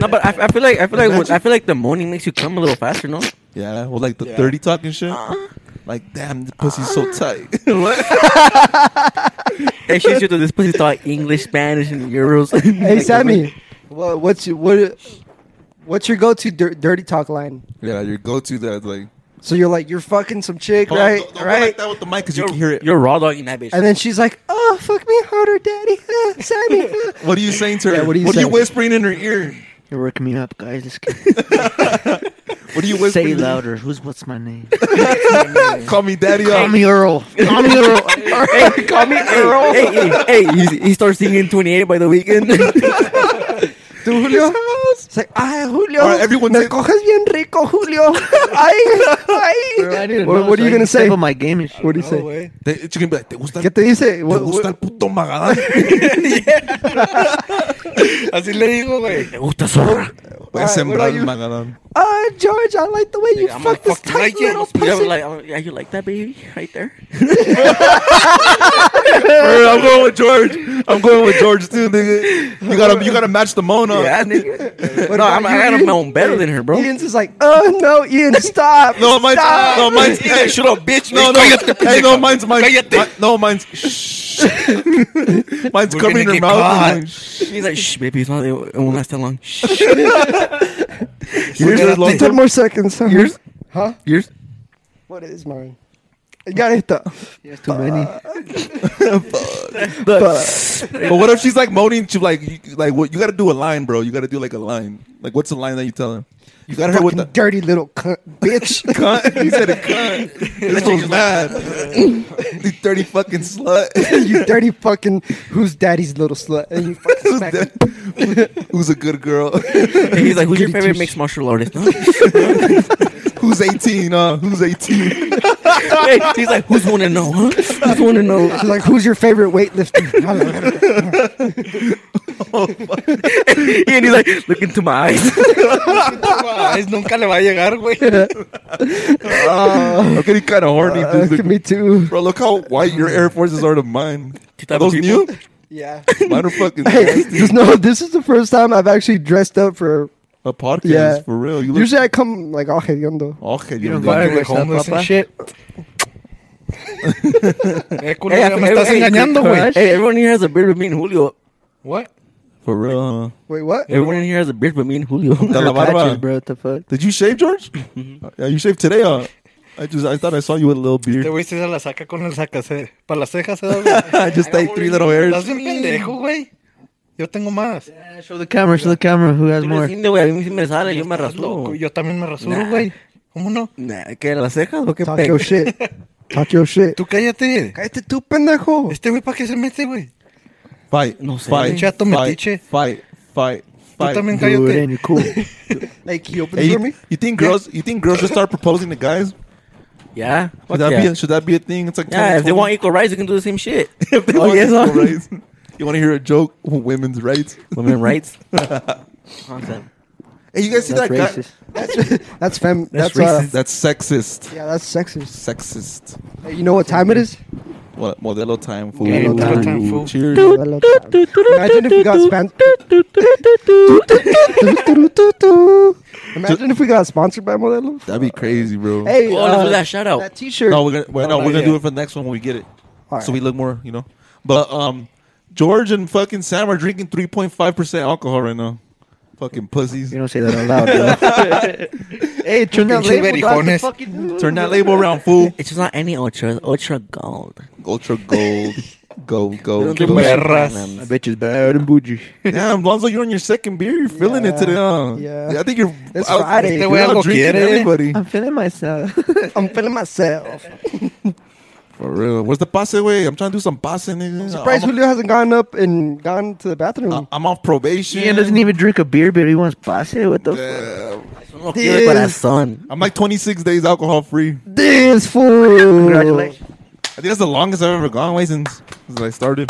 C: No, but I, I feel like I feel like when- I feel like the morning makes you come a little faster, no?
A: Yeah, well, like the
D: Yeah.
A: dirty talking shit.
C: Uh-huh.
A: Like, damn, the pussy's so tight.
C: That shit you to this pussy talk English, Spanish, and Euros.
B: Hey Sammy, wha- what's your, what? What's your go-to dir- dirty talk line?
A: yeah, your go-to that like,
B: So you're like you're fucking some chick,
A: Hold on,
B: right?
A: don't- don't go
B: right?
A: like that with the mic because you can hear it.
C: You're raw dogging that bitch.
B: And then she's like, "Oh, fuck me harder, daddy, Ah, Sammy." ah."
A: What are you saying to her?
B: Yeah,
A: what
B: what
A: are
B: do
A: you,
B: you say?
A: whispering in her ear?
E: You're working me up, guys. Let's get-
A: What are you whispering?
E: say
A: in her-
E: louder. Who's what's my name?
A: Call me daddy.
E: Call me Earl. Call me Earl. Call me Earl.
C: hey, hey, hey, he, he starts singing 28 by the weekend.
B: Do Julio? It's like, "Ay, Julio,
A: All right, everyone
B: me
A: say-
B: coges bien rico, Julio." Ay, ay. What, what are you gonna say?
E: About my game and shit.
B: What do you
D: No
B: say?
D: way.
A: They, she can be like, ¿te gusta,
B: ¿Qué te dice?
A: te
B: What,
A: gusta
B: what,
A: el puto Magadán?
D: Así le digo, güey.
C: Me gusta zorra.
A: Voy a
B: what
A: sembrar
B: are
A: el
B: you-
A: Magadán.
B: Ah, George, I like the way you
D: I'm gonna
B: fuck this
D: fucking
B: tight
D: like you.
B: little
C: You ever
B: pussy.
C: like, oh, yeah, you like that baby right there?
A: I'm going with George. I'm going with George too, nigga. You gotta, you gotta match the Mona.
C: Yeah, nigga.
B: Oh. What
C: no,
B: about
C: I'm, I
B: you,
C: got
B: Ian?
C: him on better than her, bro.
B: Ian's just like, "Oh no, Ian, stop."
A: No, mine's,
B: stop.
A: no, mine's, hey,
D: shut up, bitch.
A: No, no, hey, no, mine's, mine's, mi- no, mine's, shh. mine's
D: We're
A: covering
D: gonna
A: her
D: get
A: mouth.
D: caught.
A: and going, shh.
C: She's like, shh, baby, it's not, it won't last that long. Shh.
A: Here's her long
B: Ten more seconds. Sammy.
C: Yours?
B: Huh?
C: Yours?
B: What is mine? You got it though.
E: There's too many.
A: But what if she's like moaning? She like you, like what? You got to do a line, bro. You got to do like a line. Like what's the line that you tell her? You got her with the
B: Fucking dirty little cunt, bitch.
A: cunt. He said a cunt. This was mad. you dirty fucking slut.
B: you dirty fucking who's daddy's little slut. And you fucking smack him.
A: Who's a good girl?
C: And he's like, who's your
B: Goody
C: favorite
B: two
C: mixed martial artist? No?
A: Who's eighteen? Huh? Who's eighteen?
C: Hey, he's like, who's want to know, huh? Who's want to know?
B: She's like, who's your favorite weightlifter?
C: and he's like, look into my eyes.
D: Es nunca le va a llegar, güey.
A: I'm getting kind of horny,
B: Uh,
A: dude. Look-
B: me too.
A: bro, look how white your Air Forces are to mine.
C: Two
A: Are
C: type of
A: those new?
C: people.
B: Yeah.
A: Mine are fucking
B: Hey, just know this is the first time I've actually dressed up for.
A: a podcast
B: Yeah.
A: for real. You look
B: Usually I come like all hediondo.
A: okay.
E: You
A: You
E: don't
A: look
E: gotta
D: Like
E: dress up,
D: homeless and
E: Papa.
D: shit. Eh, culo,
C: Hey,
D: ya me estás
C: hey,
D: engañando,
C: hey,
D: güey.
C: Hey, everyone here has a beard with me and Julio.
D: What?
A: for real. huh?
B: Wait, what?
C: Everyone in here has a beard with me and Julio.
A: Te la barba.
E: Patches, bro. What the fuck?
A: Did you shave, George?
C: Mm-hmm.
A: Uh, yeah, you shaved today, huh? I just I thought I saw you with a little
D: Este
A: beard.
D: güey sí se la saca con el sacacé. Para las cejas, ¿eh, güey?
A: just like three little
D: Estás
A: hairs.
D: bien pendejo, güey. Yo tengo más.
E: Yeah, Show the camera. Show the camera. Who has more?
C: Diciendo, güey, a mí sí me sale, yo me
D: Loco,
C: rasuro.
D: Yo también me rasuro,
C: Nah.
D: güey. ¿Cómo no?
C: Nah, ¿Qué, las cejas o qué
B: Talk
C: pedo?
B: your shit. Talk your shit.
D: Tú cállate.
B: Cállate tú, pendejo.
D: Este güey, ¿para qué se mete, güey?
A: Fight,
C: No sé.
A: fight,
D: Chato
A: fight,
D: metiche.
A: fight, fight,
D: Tú
A: fight.
D: también
E: Dude,
D: cállate.
E: and you're cool.
B: Like, he opened
A: Hey, you,
B: for me?
A: you think girls? You think girls should start proposing to guys?
C: Yeah.
A: Should
C: fuck
A: that be?
C: yeah.
A: A, should that be a thing? It's like
C: Yeah, if
A: 2020.
C: they want equal rights, they can do the same shit.
A: If they
C: Oh,
A: want
C: yes,
A: equal
C: huh?
A: rights. You want to hear a joke? Women's rights.
C: Women rights. Concept.
A: Hey, you guys see
E: That's
A: that guy?
E: racist.
B: That's fem. That's,
C: That's
B: uh,
C: racist.
A: That's sexist.
B: yeah, that's sexist.
A: Sexist.
B: Hey, you know what time it is?
A: Well, Modelo time. Fool.
E: Modelo
D: Otro time, fool.
A: Cheers.
B: Modelo time. Imagine if we got span- Imagine if we got sponsored by Modelo.
A: That'd be crazy, bro.
B: Hey,
C: Oh,
B: uh,
C: look at that shout out.
B: that T-shirt.
A: No, we're gonna well, no,
D: no,
A: we're gonna
D: yeah.
A: do it for the next one when we get it,
B: All
A: so
B: right.
A: we look more, you know. But um, George and fucking Sam are drinking three point five percent alcohol right now. Fucking pussies.
E: You don't say that out loud, bro.
B: hey, turn that
D: Pinche
B: label down to
D: verijones.
B: fucking
A: Turn that label around, fool.
C: It's just not any ultra, it's ultra gold.
A: Ultra gold, go go.
C: Don't do
A: go.
C: much
D: perras.
C: vitamins.
E: I bet you it's bad and bougie.
A: Damn, Lonzo, you're on your second beer. You're feeling it
B: Yeah.
A: today, huh?
B: Yeah.
A: I think you're.
B: It's
A: out-
B: Friday. Este
A: you're
D: güey
A: out
D: algo
A: drinking
D: quiere.
A: everybody.
E: I'm feeling myself.
B: I'm feeling myself.
A: For real. Where's the passe way? I'm trying to do some passe. Nigga. I'm
B: Surprise,
A: I'm,
B: Julio hasn't gone up and gone to the bathroom.
A: I'm off probation.
E: Ian doesn't even drink a beer, but he wants pase. What the fuck?
A: Damn.
C: No quiero
B: Yes.
C: corazón.
A: I'm like 26 days alcohol free.
B: This fool.
E: Congratulations.
A: I think that's the longest I've ever gone away since since I started.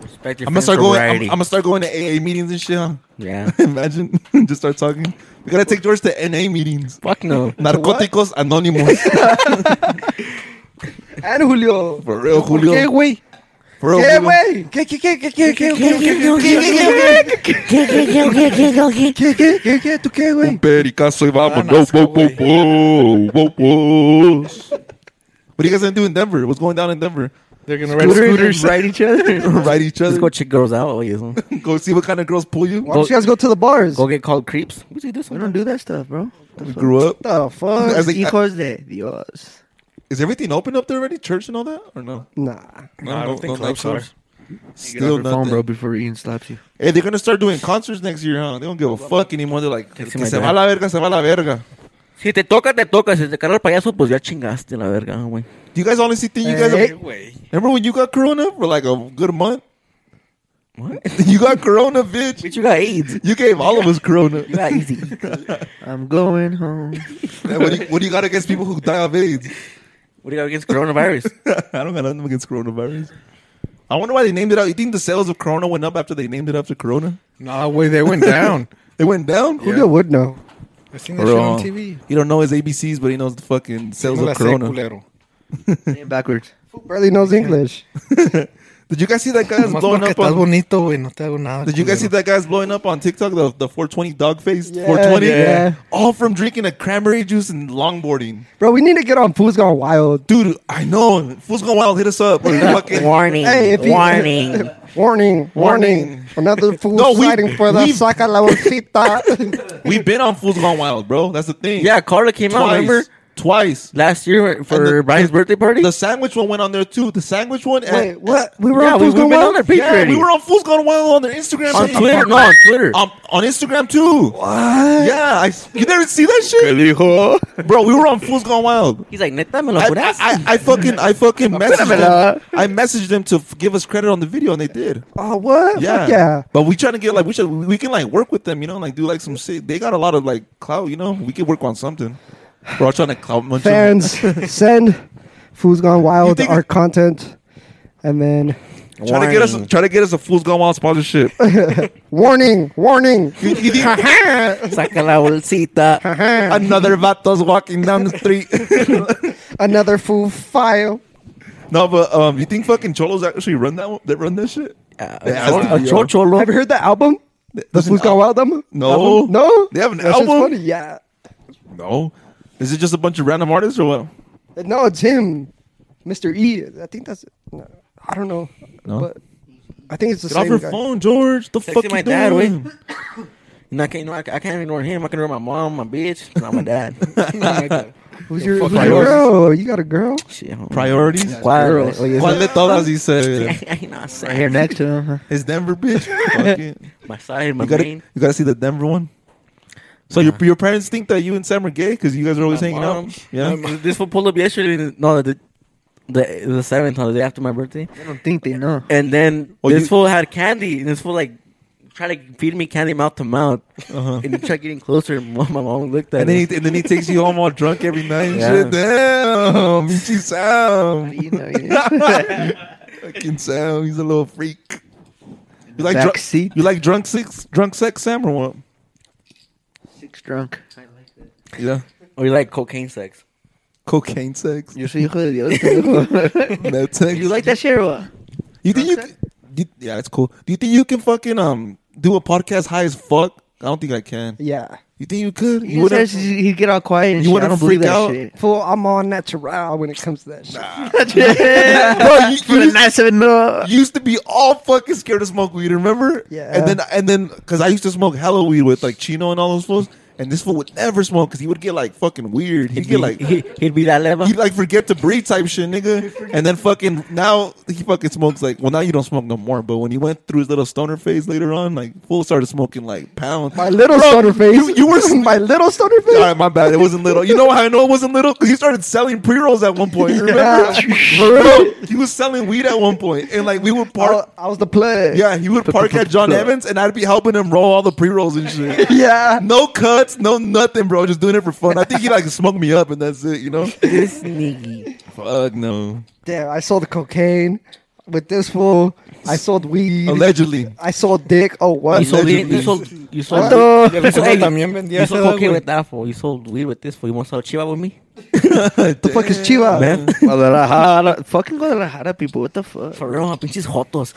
C: Respect your
A: I'm gonna start going. I'm,
C: sobriety.
A: I'm gonna start going to AA meetings and shit. Huh?
C: Yeah.
A: Imagine, just start talking. We gotta take George to NA meetings.
C: Fuck no.
A: Narcóticos Anónimos.
B: And Julio.
A: For real, Julio.
D: ¿Qué, güey?
A: For real,
B: ¿Qué,
A: we-
B: güey? ¿Qué, qué, qué, qué, qué, qué, qué, qué, qué, qué, qué, qué, tú qué,
A: Un
B: güey?
A: pericazo y vámonos.
D: Damasco,
A: Wo- wo-
D: güey.
A: wo- wo- wo- wo's. What are you guys gonna do in Denver? What's going down in Denver?
D: They're gonna ride scooters.
C: ride each other.
A: Ride each
C: Let's
A: other.
C: go check girls out. Oye, so.
A: Go see what kind of girls pull you.
B: Why don't you guys go to the bars?
C: Go get called creeps. We should do
E: We
C: something.
E: don't do that stuff, bro.
A: We grew up.
B: the fuck?
A: As they-
E: Hijos de Dios.
A: Is everything open up there already? Church and all that, or no?
B: Nah.
D: No, I don't think clubs
A: so.
D: are.
A: Still
E: Your phone,
A: nothing.
E: bro, before Ian slaps you.
A: Hey, they're gonna start doing concerts next year, huh? They don't give a fuck anymore. They're like, que
C: see my
A: se va
C: dad.
A: la verga, se va la verga.
C: Si te toca, te toca. Si te carga el payaso, pues ya chingaste la verga, ah, güey.
A: Do you guys honestly think you guys?
B: Hey.
D: Way.
A: Remember when you got corona for like a good month?
C: What?
A: You got corona, bitch.
C: Bitch, you got AIDS.
A: You gave all of us corona.
C: You got easy.
E: I'm going home.
A: Man, what, do you, what do you got against people who die of AIDS?
C: What do you got against coronavirus?
A: I don't got nothing against coronavirus. I wonder why they named it out. You think the sales of Corona went up after they named it after Corona?
D: Nah, way they went down.
A: It went down.
B: Julio would know.
D: I seen that shit on
A: Bro.
D: TV.
A: He don't know his ABCs, but he knows the fucking sales
D: Hola,
A: of
D: sé,
A: Corona.
D: culero.
E: Say it backwards.
B: Who barely knows English?
A: Did you guys see that guy that's
D: Nomás
A: blowing
D: porque
A: up
D: estás
A: on?
D: bonito, güey. No te hago nada.
A: Did you guys see
D: culero.
A: that guy's blowing up on TikTok? The, the 420 dog face,
B: Yeah,
A: 420,
B: yeah.
A: all from drinking a cranberry juice and longboarding.
B: Bro, we need to get on Pooh's Gone Wild.
A: Dude, I know. Fool's gonna wild. Hit us up. We're fucking-
C: Warning.
B: Hey, if you-
C: Warning.
B: Warning, warning.
A: Warning.
B: Another fool
A: No, we-
B: sliding for the
A: we-
B: saca la bolsita.
A: We've been on Fool's Gone Wild, bro. That's the thing.
C: yeah, Carla came out,
A: twice.
C: remember?
A: Twice.
C: Last year for
A: And the-
C: Brian's birthday party?
A: The sandwich one went on there too. The sandwich one. And,
B: Wait, what? We were
C: yeah,
B: on
C: we,
B: Pooh's
C: we've
B: Gone
C: been on
B: Wild?
C: their page
A: Yeah,
C: already.
A: we were on Fool's Gone Wild on their Instagram.
C: on
A: page.
C: Twitter. No, on Twitter.
A: Um, on Instagram too. Yeah, I, you never see that shit, bro. We were on Fool's Gone Wild.
C: He's like, neta, me lo
A: I,
C: curas?
A: I, I fucking I fucking messaged them. I messaged them to f- give us credit on the video, and they did.
B: Oh, what?
A: Yeah,
B: Fuck yeah.
A: But we trying to get like we should we can like work with them, you know, like do like some shit. They got a lot of like clout, you know. We could work on something. We're all trying to clout munch. them.
B: Fans, send Fool's Gone
A: You
B: Wild
A: think-
B: our content. And then,
A: Try to get us try to get us a Fool's Gone Wild sponsorship.
B: warning, warning.
A: You- you think-
C: Saca la bolsita.
A: another vato's walking down the street.
B: Another fool file.
A: no, but um, you think fucking cholos actually run that? one- They run that shit?
C: Yeah,
A: They
C: a
A: have to
C: chol- a
A: be,
C: chol-
A: yo.
C: cholo.
B: Have you heard that album? The
A: There's an
B: Fool's Gone
A: al-
B: Wild album?
A: No.
B: Album? No?
A: They have an
B: That shit's
A: album?
B: funny, Yeah.
A: No, is it just a bunch of random artists or what?
B: No, it's him, Mr. E. I think that's. No, I don't know.
A: No?
B: But I think it's the
A: Get off
B: same
A: your
B: guy.
A: phone, George. The fuck
C: Texting
A: you
C: my dad,
A: doing?
C: wait. And I can't, you know, I, I can't ignore him. I can ignore my mom, my bitch, not my dad.
B: Who's your, who's your
A: priorities.
B: girl? You got a girl?
C: Shit, homie.
A: Priorities.
C: ¿Cuál? Oye,
A: Juan
C: esa-
A: de todas he said.
C: Ay, no sé.
E: Right here next to him. huh?
A: It's Denver, bitch. Fuck it.
C: My side, my
A: You gotta,
C: main.
A: you gotta see the Denver one. So your your parents think that you and Sam are gay because you guys are always hanging
C: mom.
A: out. Yeah.
C: My- This fool pulled up yesterday. No, the the the seventh, the day after my birthday.
E: I don't think they know.
C: And then
A: Oh,
C: this
A: you-
C: fool had candy, and this fool like tried to feed me candy mouth to mouth, and he tried getting closer. And my my mom looked
A: Uh-huh.
C: at
A: And then
C: me.
A: he and then he takes you home all drunk every night. And
C: Yeah.
A: shit. Damn, Michi Sam,
E: You know, yeah.
A: fucking Sam, he's a little freak. You like drunk?
E: Backseat.
A: You like drunk sex? Drunk sex, Sam, or what?
E: Six drunk.
A: Yeah,
C: Or you like cocaine sex?
A: cocaine sex,
E: Yo soy hijo de Dios. pendejo.
A: meth sex.
E: you like that shit or what?
A: You think you, you? Yeah, that's cool. Do you think you can fucking um do a podcast high as fuck? I don't think I can.
B: Yeah.
A: You think you could?
E: He says he'd get all quiet and
A: You
E: shit.
A: wouldn't
E: I don't believe
A: freak
E: that
A: out?
E: shit.
B: Fool, I'm all natural when it comes to that shit.
A: Bro, you-
E: For
A: you
E: the
A: just-
E: night seven, no.
A: You used to be all fucking scared to smoke weed, remember?
B: Yeah.
A: And then and then because I used to smoke hella weed with like Chino and all those fools, and this fool would never smoke because he would get like fucking weird. He'd
C: He'd be
A: get like
C: like he, he'd be that level.
A: he'd like forget to breathe type shit, nigga. And then fucking now he fucking smokes like well now you don't smoke no more, but when he went through his little stoner phase later on, like fool started smoking like pounds.
B: My little
A: Bro,
B: stoner face.
A: You, you were
B: my little stoner face.
A: all right, my bad. It wasn't little. You know how I know it wasn't little? Because you started selling pre rolls at one point. Remember? Bro, he was selling weed at one point, and like we would
B: I,
A: park.
B: wa- I was the play.
A: Yeah, he would park at John Evans, and I'd be helping him roll all the pre rolls and shit.
B: Yeah.
A: No cuts, no nothing, bro. Just doing it for fun. I think he like smoked me up, and that's it. You know?
C: this nigga.
A: Fuck no.
B: Damn, I sold cocaine with this fool. I sold weed.
A: Allegedly,
B: I sold dick. Oh, what?
C: You sold
A: Allegedly.
C: weed. You sold. You sold.
B: What the-
C: You sold,
D: también vendía
C: you
D: esa
C: sold
D: edad,
C: cocaine
D: güey.
C: with that fool. You sold weed with this fool. You want to sell chiva with me?
B: the fuck is Chiva?
C: Man,
E: Guadalajara. Fucking Guadalajara people. What the fuck?
C: for real, pinches jotos.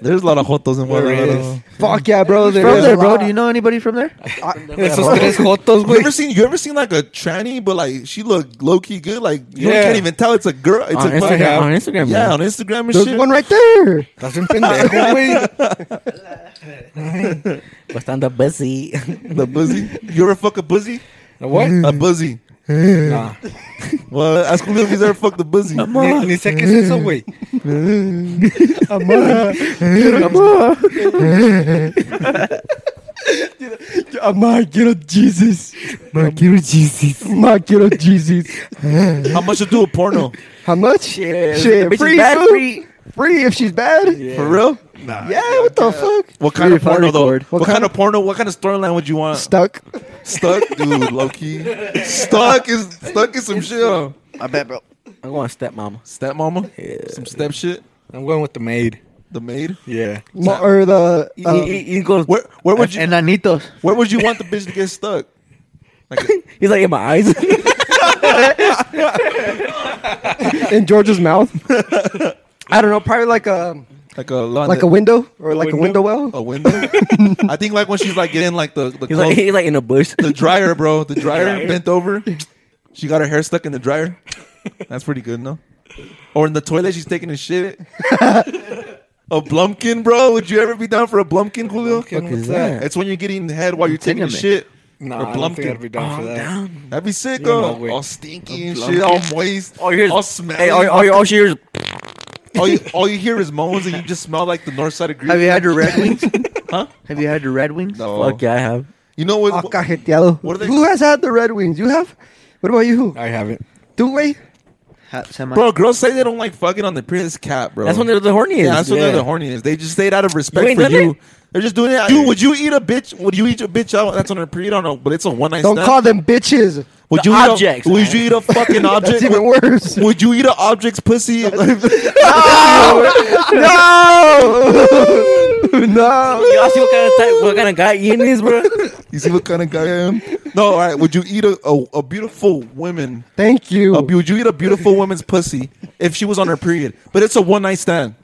A: There's a lot of jotos in Guadalajara.
D: is.
B: Fuck yeah, bro.
E: From
B: there is
E: there,
B: a
E: bro.
B: lot.
E: Do you know anybody from there?
D: Esos tres jotos,
A: You
D: güey.
A: ever seen you ever seen like a tranny, but like she look low key good, like you
D: Yeah.
A: can't even tell it's a girl. It's
C: On
A: a
D: fucking
C: Instagram,
D: app.
C: on Instagram,
A: yeah,
C: man.
A: on Instagram and
B: There's
A: shit.
B: one right there.
D: Estás un pendejo, güey.
C: Bastante busy.
A: The buzzy. You ever fuck a buzzy?
D: What?
A: A buzzy.
D: Nah.
A: Well, ask him if he's ever fucked a buzzy.
D: Ni, ni sé qué es eso, güey.
B: My kid of Jesus. My kid of Jesus. My kid of Jesus.
A: How much to do a porno?
B: How much?
C: Shit,
B: Shit,
C: bitch,
B: free,
C: bad
B: food? free.
C: free.
B: if she's bad. Yeah,
A: For real?
B: what the fuck?
A: What kind of porno though? What,
B: What
A: kind
B: kind
A: of porno? What kind of storyline would you want?
B: Stuck.
A: Stuck, dude. Low key. Stuck is stuck is some shit. huh?
E: I bet, bro.
C: I'm going stepmama.
A: Stepmama. Some step shit.
D: I'm going with the maid.
A: The maid.
D: Yeah.
B: Mo- or the
C: He-
A: Oh.
B: uh,
C: he, he goes,
A: Where where would you
E: Enanitos.
A: where would you want the bitch to get stuck? Like
C: he's like in my eyes.
B: in George's mouth. I don't know, probably like a
A: like a lawn-
B: like a window or like a window well.
A: a window. I think like when she's like getting like the the,
C: he's like
A: clothes-
C: he's like in a bush.
A: the dryer, bro. The dryer bent over. She got her hair stuck in the dryer. That's pretty good, no? Or in the toilet, she's taking a shit. a blumpkin, bro. Would you ever be down for a blumpkin, Julio?
D: What's
C: that?
A: It's when you're getting head while you're taking a
E: Cinnamon.
A: shit.
D: Nah,
A: Or
D: I don't think
A: Blumpkin.
D: I'd be down for
C: Oh,
D: that.
C: damn.
A: That'd be sick,
D: You don't
A: oh.
D: know, wait.
A: all stinky and shit, all moist,
C: All you hear is-
A: all smelly.
C: Hey, all, all, all, she hears,
A: all, you, all you hear is moans, and you just smell like the north side of
E: Have
A: Greece.
E: you had your Red Wings?
A: Huh?
E: Have you had your Red Wings?
A: No.
C: fuck yeah, I have.
A: You know what?
B: Ah,
C: Oh,
B: cajeteado.
A: What are they-
B: Who has had the Red Wings? You have? What about you?
D: I haven't.
B: Do we?
E: Ha- semi-
A: Bro, girls say they don't like fucking on the appearance cap, bro.
C: That's when they're the horniest.
A: Yeah, that's what
C: yeah.
A: they're the horniest. They just say it out of respect
C: You ain't
A: for
C: done
A: you.
C: it?
A: They're just doing it. Dude, would you eat a bitch? Would you eat your bitch out? That's on her period. I don't know, but it's a one night
B: Don't
A: stand.
B: call them bitches.
A: would
C: The
A: you eat
C: objects,
A: A, would
C: man.
A: you eat a fucking
B: That's
A: object?
B: even
A: would,
B: worse.
A: would you eat an object's pussy?
B: no.
C: Y'all see what kind of type, what kind of guy Ian is, bro?
A: you see what kind of guy I am? No, all right. Would you eat a, a, a beautiful woman?
B: Thank you.
A: A, be- would you eat a beautiful woman's pussy if she was on her period? But it's a one night stand.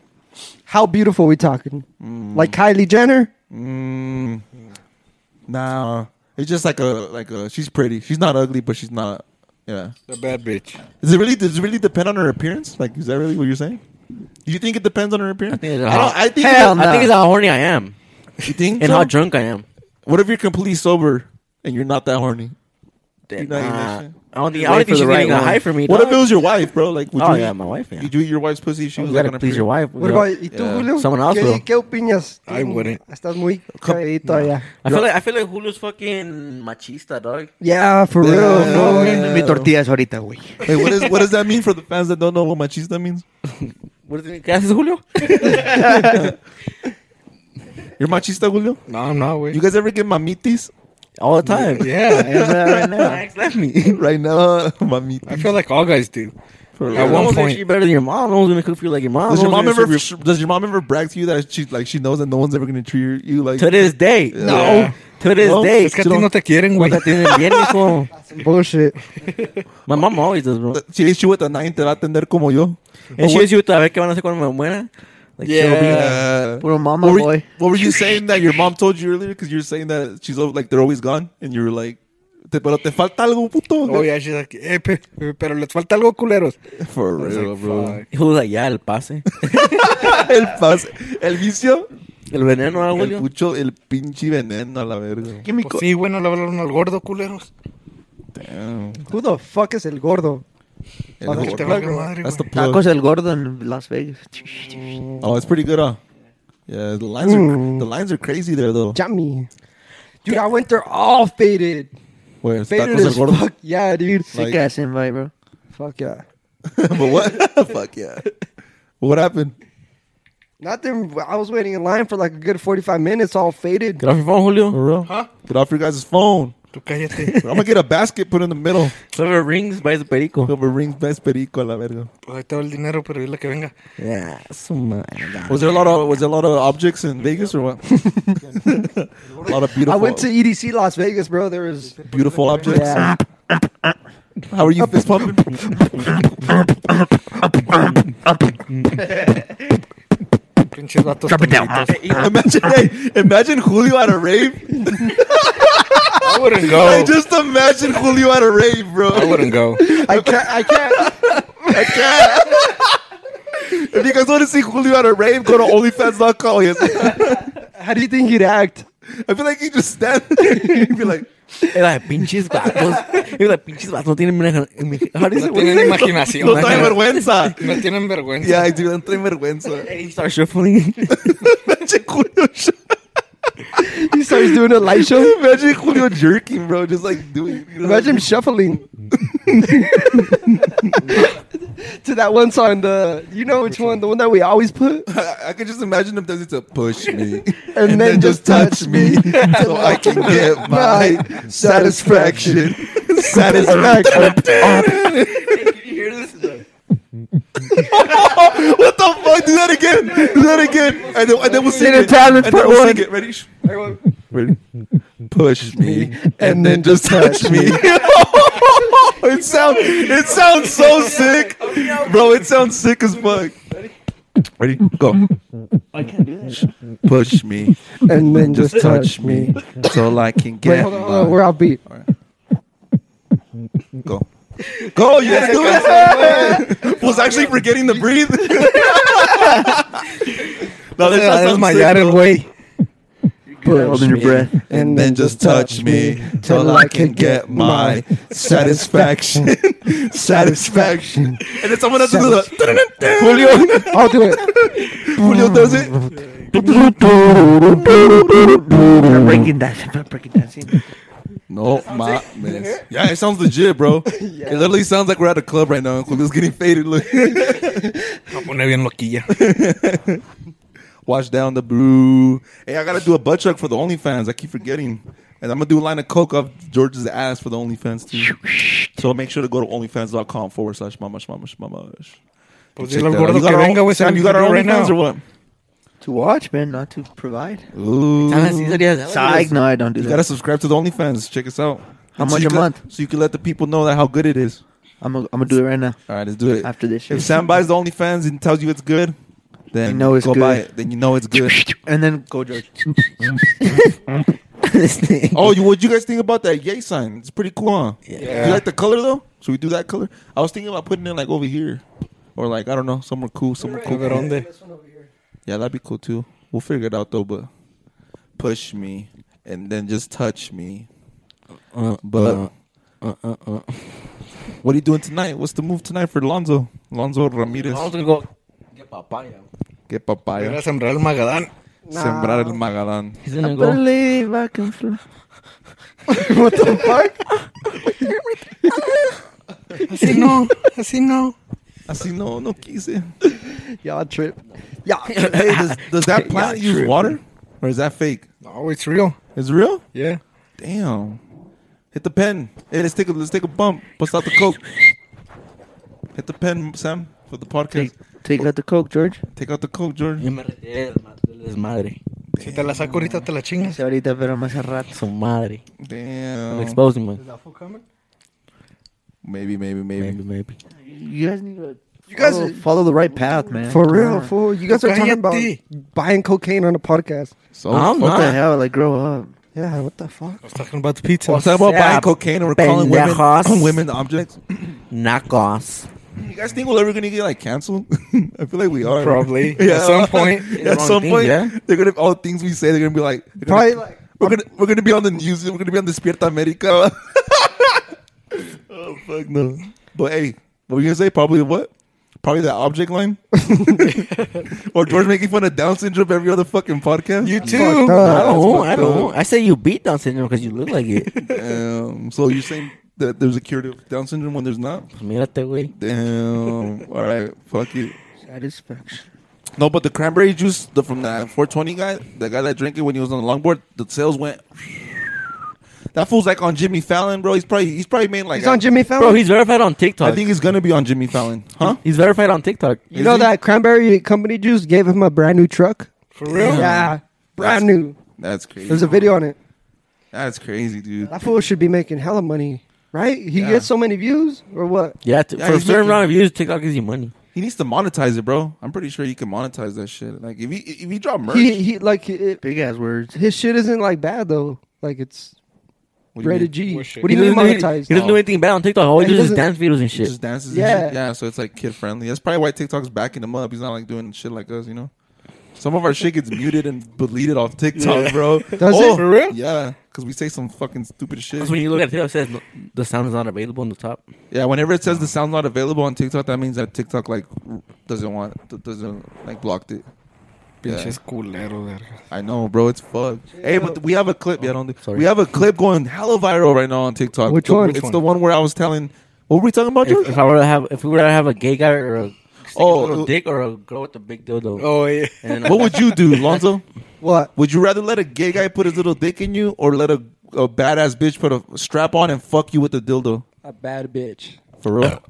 B: How beautiful we talking? Like Kylie Jenner?
A: Nah, it's just like a like a. She's pretty. She's not ugly, but she's not. Yeah.
D: The bad bitch.
A: Does it really does it really depend on her appearance? Like, is that really what you're saying? Do you think it depends on her appearance? I
C: think it-
A: don't. I think.
E: Hell
C: I
E: Nah.
C: think it's how horny I am
A: You think?
C: and
A: so?
C: how drunk I am.
A: What if you're completely sober and you're not that horny?
C: Damn,
A: know, you
C: nah.
A: know shit.
C: I don't think,
E: You
C: I don't
E: wait
C: think
E: for
C: she's
E: the
C: getting
E: right
C: a high
E: one.
C: for me.
A: What
C: dog.
A: if it was your wife, bro? Like, would
C: Oh
A: you
C: yeah,
A: eat,
C: my wife. Yeah,
A: Would you eat your wife's pussy if she
C: you
A: was like
C: gotta
A: on a
C: please
A: period?
C: your wife. bro.
B: What about y tú,
A: Yeah.
B: Julio?
C: Someone else
B: ¿Qué,
C: will.
B: ¿Qué opinas?
D: I wouldn't.
B: Estás muy calladito allá.
C: I feel like I feel like Julio's fucking machista, dog.
B: Yeah, for
A: Yeah.
B: real.
E: No,
B: bro.
E: mi tortillas ahorita, güey.
A: Wait, what, is, what does that mean for the fans that don't know what machista means?
C: What is it? ¿Qué haces, Julio?
A: You're machista, Julio.
D: No, I'm not,
A: You
D: güey.
A: guys ever get mamitis
C: All the time.
D: Yeah.
C: My ex left me.
A: right now?
D: I
A: Mamitis.
D: feel like all guys do.
A: For real.
D: At one
C: Someone said
D: point-
C: she better than your mom. No one's gonna cook for you like your mom.
A: Does
C: No
A: your
C: one's
A: mom
C: gonna
A: ever?
C: serve you-
A: Does your mom ever brag to you that she like she knows that no one's ever gonna treat you like?
C: to this day?
D: No.
C: To this
A: No.
C: day.
D: Es que a ti no te quieren, güey.
C: Tienen bien, hijo.
B: Bullshit.
C: My mom always does, bro.
A: She hits you with a nine. Te va a atender como yo.
C: And she was you a ver qué van a hacer cuando me muera. Like, she'll be like-
A: Uh,
E: Puro mama,
A: what, were you,
E: boy.
A: what were you saying that your mom told you earlier? Because you were saying that she's al- like they're always gone, and you were like, "Te- "Pero te falta algo, puto."
D: Oh, yeah, she's like, eh, pe- pero les falta algo, culeros.
A: For
D: I was
A: real,
D: like,
A: bro.
D: fuck.
C: He was like, yeah, el pase.
A: el pas, el vicio,
C: El veneno,
D: Oh,
C: ah,
A: el
C: Julio.
A: pucho, el pinche veneno a la verga.
E: Give me
D: Pues sí, bueno, le hablaron al gordo, culeros.
A: Damn.
B: Who the fuck is el gordo?
A: El
B: Oh, that's
A: gordo.
D: Te valga madre,
A: That's the
D: güey.
A: plug.
E: tacos el gordo in Las Vegas.
A: Oh, it's pretty good, huh? Yeah, the lines are
B: Mm.
A: the lines are crazy there though.
B: Jammy. Dude, I went there all faded.
A: Where it's
B: Faded
A: tacos el
B: as
A: gordo.
B: fuck. Yeah, dude.
E: Sick ass invite, bro.
B: Fuck yeah.
A: but what? fuck yeah. What happened?
B: Nothing. I was waiting in line for like a good 45 minutes, all faded.
C: Get off your phone, Julio.
A: For real?
D: Huh?
A: Get off your guys' phone.
D: Tú cállate.
A: I'm gonna get a basket put in the middle.
C: Whoever rings buys a perico.
A: Whoever rings best perico a la verga.
D: Pues ahí te va el dinero, pero es la que venga.
C: Yeah, so much.
A: Was there a lot of was there a lot of objects in Vegas or what? a lot of beautiful,
B: E I went to EDC Las Vegas, bro. There was
A: beautiful objects.
B: yeah.
A: How are you fist pumping?
D: Pinches vatos tontitos.
A: imagine, hey, imagine Julio at a rave.
D: I wouldn't go.
A: Hey, just imagine Julio at a rave,
D: I
A: bro.
D: wouldn't go.
B: I can't. I can't.
A: If you guys want to see Julio at a rave, go to OnlyFans.com. He has-
B: How do you think he'd act?
A: I feel like he just stand. He'd be like,
C: Era de pinches vatos. Era de pinches vatos. No tienen. How do you say-
D: No
C: what do you
D: tienen
C: say?
D: imaginación.
A: no trae vergüenza.
D: No tienen vergüenza.
A: Yeah, I do. No trae vergüenza.
C: He starts shuffling.
A: Imagine Julio,
B: He starts doing a light show.
A: imagine Julio jerking, bro. Just like doing. you know,
B: Imagine him shuffling to that one song. The you know which one? The one that we always put.
A: I, I could just imagine him does it to push me and,
B: then just touch me
A: so I can get my satisfaction.
B: Satisfaction.
A: what the fuck? Do that again. Do that again. And then, and then we'll sing
B: In
A: it.
B: Italian,
A: and then
B: part
A: we'll
B: one.
A: sing it. Ready? Ready? Push me and then
B: then
A: just
B: touch
A: touch me. it sounds it sounds so sick, bro. It sounds sick as fuck. Ready? Go. I can't do that. Push me
B: and then just touch me.
A: so I can
B: Wait,
A: get
B: hold on, hold on.
A: my-
B: We're off beat.
A: Go. Go, you guys do it. Was actually forgetting to breathe. no,
D: Se
A: that's
D: va a
A: not
D: desmayar el güey.
B: Push me.
A: And then just touch me till I can get my satisfaction. satisfaction. And then someone else does the
B: Julio, I'll do it.
A: Julio does it.
E: breaking dancing, breaking dancing.
A: No, my man. Yeah, it sounds legit, bro. It literally sounds like we're at a club right now. and Julio's getting faded. Look,
D: Va a poner bien loquilla.
A: wash down the blue. Hey, I gotta do a butt check for the OnlyFans. I keep forgetting. And I'm gonna do a line of coke off George's ass for the OnlyFans too. So make sure to go to OnlyFans.com forward slash mama mama mama.
D: Pues dile al gordo que
A: our-
D: venga, güey. se
A: Sam,
D: lo
A: you got our
D: digo right
A: OnlyFans or
D: now.
A: what?
E: To watch, man, not to provide.
A: Ooh.
C: Así sería.
E: Psych. No, I don't do
A: You gotta
E: that.
A: subscribe to the OnlyFans. Check us out.
E: How
A: And
E: much
A: you
E: a
A: can-
E: month?
A: So you can let the people know that how good it is.
E: I'm gonna I'm gonna do it right now
A: All right, let's do it.
E: after this. Shit.
A: If Sam buys the OnlyFans and tells you it's good, then
E: You know it's
A: go buy
E: good.
A: it. Then you know it's good.
E: and then go, George.
A: oh, you, what you guys think about that yay sign? It's pretty cool, huh?
D: Yeah.
A: You like the color though? Should we do that color? I was thinking about putting it like over here, or like I don't know, somewhere cool, somewhere cool.
D: ¿De dónde?
A: Yeah, that'd be cool too. We'll figure it out though. But push me and then just touch me. But what are you doing tonight? What's the move tonight for Lonzo? Lonzo Ramirez.
C: Vamos a go. Get papaya.
A: Get
D: Era
A: papaya.
D: sembrar el Magadán.
A: Sembrar el Magalán.
C: He's gonna go.
E: Believe I can fly.
B: What the fuck?
D: Así no, así no.
A: Así no, no quise.
B: Y'all trip. Y'all.
A: Hey, does, does that plant use water? Or is that fake?
D: No, it's real.
A: It's real?
D: Yeah.
A: Damn. Hit the pen. Hey, let's take a let's take a bump. Bust out the coke. Hit the pen, Sam, for the podcast.
E: Take, take out the coke, George.
A: Take out the coke, Jordan.
C: Yo me retiré del ma- del desmadre.
D: Si te la saco ahorita, te la chingas.
E: Se ahorita, pero más a rato.
C: Su madre.
A: Damn.
C: Exposing me.
A: Maybe, maybe,
C: Maybe,
A: maybe.
C: maybe.
E: You guys need to. You
B: guys-
E: follow, follow the right path, man.
B: For
E: Come
B: real,
E: on.
B: fool. You guys are talking about
D: Cállate.
B: buying cocaine on a podcast.
A: So
C: I'm
A: fuck
E: What the
C: not.
E: hell? Like, grow up.
B: Yeah, what the fuck?
D: I was talking about the pizza.
A: What's that about
C: Yeah,
A: buying cocaine or calling women,
C: pendejos.
A: calling women objects?
C: Knockoffs.
A: You guys think we're ever gonna get like canceled? I feel like we are.
D: Probably. At some point.
A: At
C: Wrong
A: some
C: thing,
A: point,
C: yeah.
A: they're gonna all things we say. They're gonna be like they're gonna-
B: Probably like
A: We're gonna we're gonna be on the news. We're gonna be on Despierta America. oh fuck no! But hey, what were you gonna say? Probably what? Probably that object line. or George making fun of Down syndrome every other fucking podcast.
D: You
B: fucked
C: I
D: too.
B: up.
C: don't know. I don't know. I say you beat Down syndrome because you look like it.
A: Damn. So you're saying that there's a cure to Down syndrome when there's not?
C: Mírate, güey.
A: Damn. All right. Fuck you.
E: Satisfaction.
A: No, but the cranberry juice the, from that 420 guy, the guy that drank it when he was on the longboard, the sales went. That fool's like on Jimmy Fallon, bro. He's probably he's probably made like
B: He's on Jimmy Fallon.
C: Bro, he's verified on TikTok.
A: I think he's gonna be on Jimmy Fallon, huh?
C: he's verified on TikTok.
B: you know
A: he?
B: that cranberry company juice gave him a brand new truck.
D: For real.
B: Yeah, brand
A: That's-
B: new.
A: That's crazy.
B: There's a video on it.
A: That's crazy, dude.
B: That fool should be making hella money. right? He
A: Yeah.
B: gets so many views or what?
C: Yeah, to,
A: Yeah,
C: for a
A: he's
C: certain
A: making-
C: amount of views, TikTok gives you money.
A: He needs to monetize it, bro. I'm pretty sure you can monetize that shit. Like if you if you drop merch,
B: He he like it,
E: Big ass words.
B: his shit isn't like bad though. Like it's
A: what do you mean?
B: rated G.
D: What shit?
B: What do you mean
C: doesn't do- he
B: monetized?
C: doesn't do anything bad on TikTok. All he
B: Yeah, he
C: does is
B: doesn't-
C: dance videos and shit.
A: just dances.
B: Yeah.
A: and shit. yeah. So it's like kid friendly. That's probably why TikTok's backing him up. He's not like doing shit like us, you know. Some of our shit gets muted and deleted off TikTok, bro. Oh,
B: Does it?
D: For real?
A: Yeah, because we say some fucking stupid shit.
C: That's when you look at TikTok, it says "No, the sound is not available on the top.
A: Yeah, whenever it says the sound's not available on TikTok, that means that TikTok like r- doesn't want th- doesn't like blocked it. Yeah,
D: Pinches culero, verga.
A: I know, bro. It's fucked. Hey, but th- we have a clip. Yeah, I don't. think-
C: sorry.
A: We have a clip going hella viral right now on TikTok.
B: Which
A: The-
B: one?
A: It's
B: Which
A: the one where I was telling. What were we talking about,
C: If,
A: George?
C: if I were to have, if we were to have a gay guy or a
A: Oh,
C: oh, little
A: uh,
C: dick or a girl with a big dildo,
D: Oh, yeah.
C: and then
A: What would you do, Lonzo?
B: What?
A: Would you rather let a gay guy put his little dick in you, or let a, a badass bitch put a strap on and fuck you with a dildo?
B: A bad bitch.
A: For real.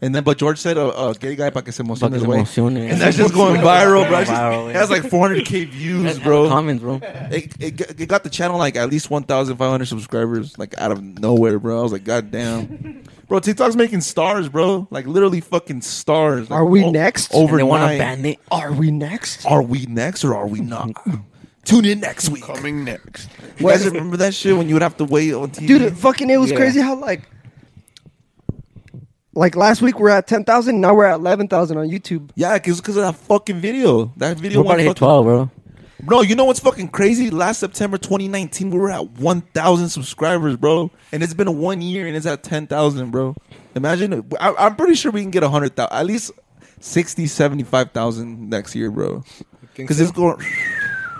A: And then, but George said a, a gay guy para que se emocione
C: fucking
A: his way.
C: emotion
A: And that's just going viral, bro. That's just-
C: Viral, yeah.
A: That's like 400k views, bro.
C: bro. Comments, bro.
A: It, it, got- it got the channel like at least 1,500 subscribers, like out of nowhere, bro. I was like, God damn, bro. TikTok's making stars, bro. Like literally fucking stars. Like,
B: Are we next?
A: Overnight.
C: And they want to ban it.
B: Are we next?
A: Are we next or are we not? Tune in next week.
E: Coming next.
A: You guys remember that shit when you would have to wait on TV?
B: Dude, it fucking it was
D: Yeah.
B: crazy how like like last week we are at ten thousand, now we're at eleven thousand on YouTube.
A: yeah, because of that fucking video. That video.
C: We're about to
A: went
C: hit
A: fucking-
C: twelve, bro.
A: Bro, you know what's fucking crazy? Last September 2019, we were at 1,000 subscribers, bro. And it's been one year and it's at 10,000, bro. Imagine, I, I'm pretty sure we can get 100,000, at least 60, 75,000 next year, bro.
D: think
A: Because
D: so?
A: it's going,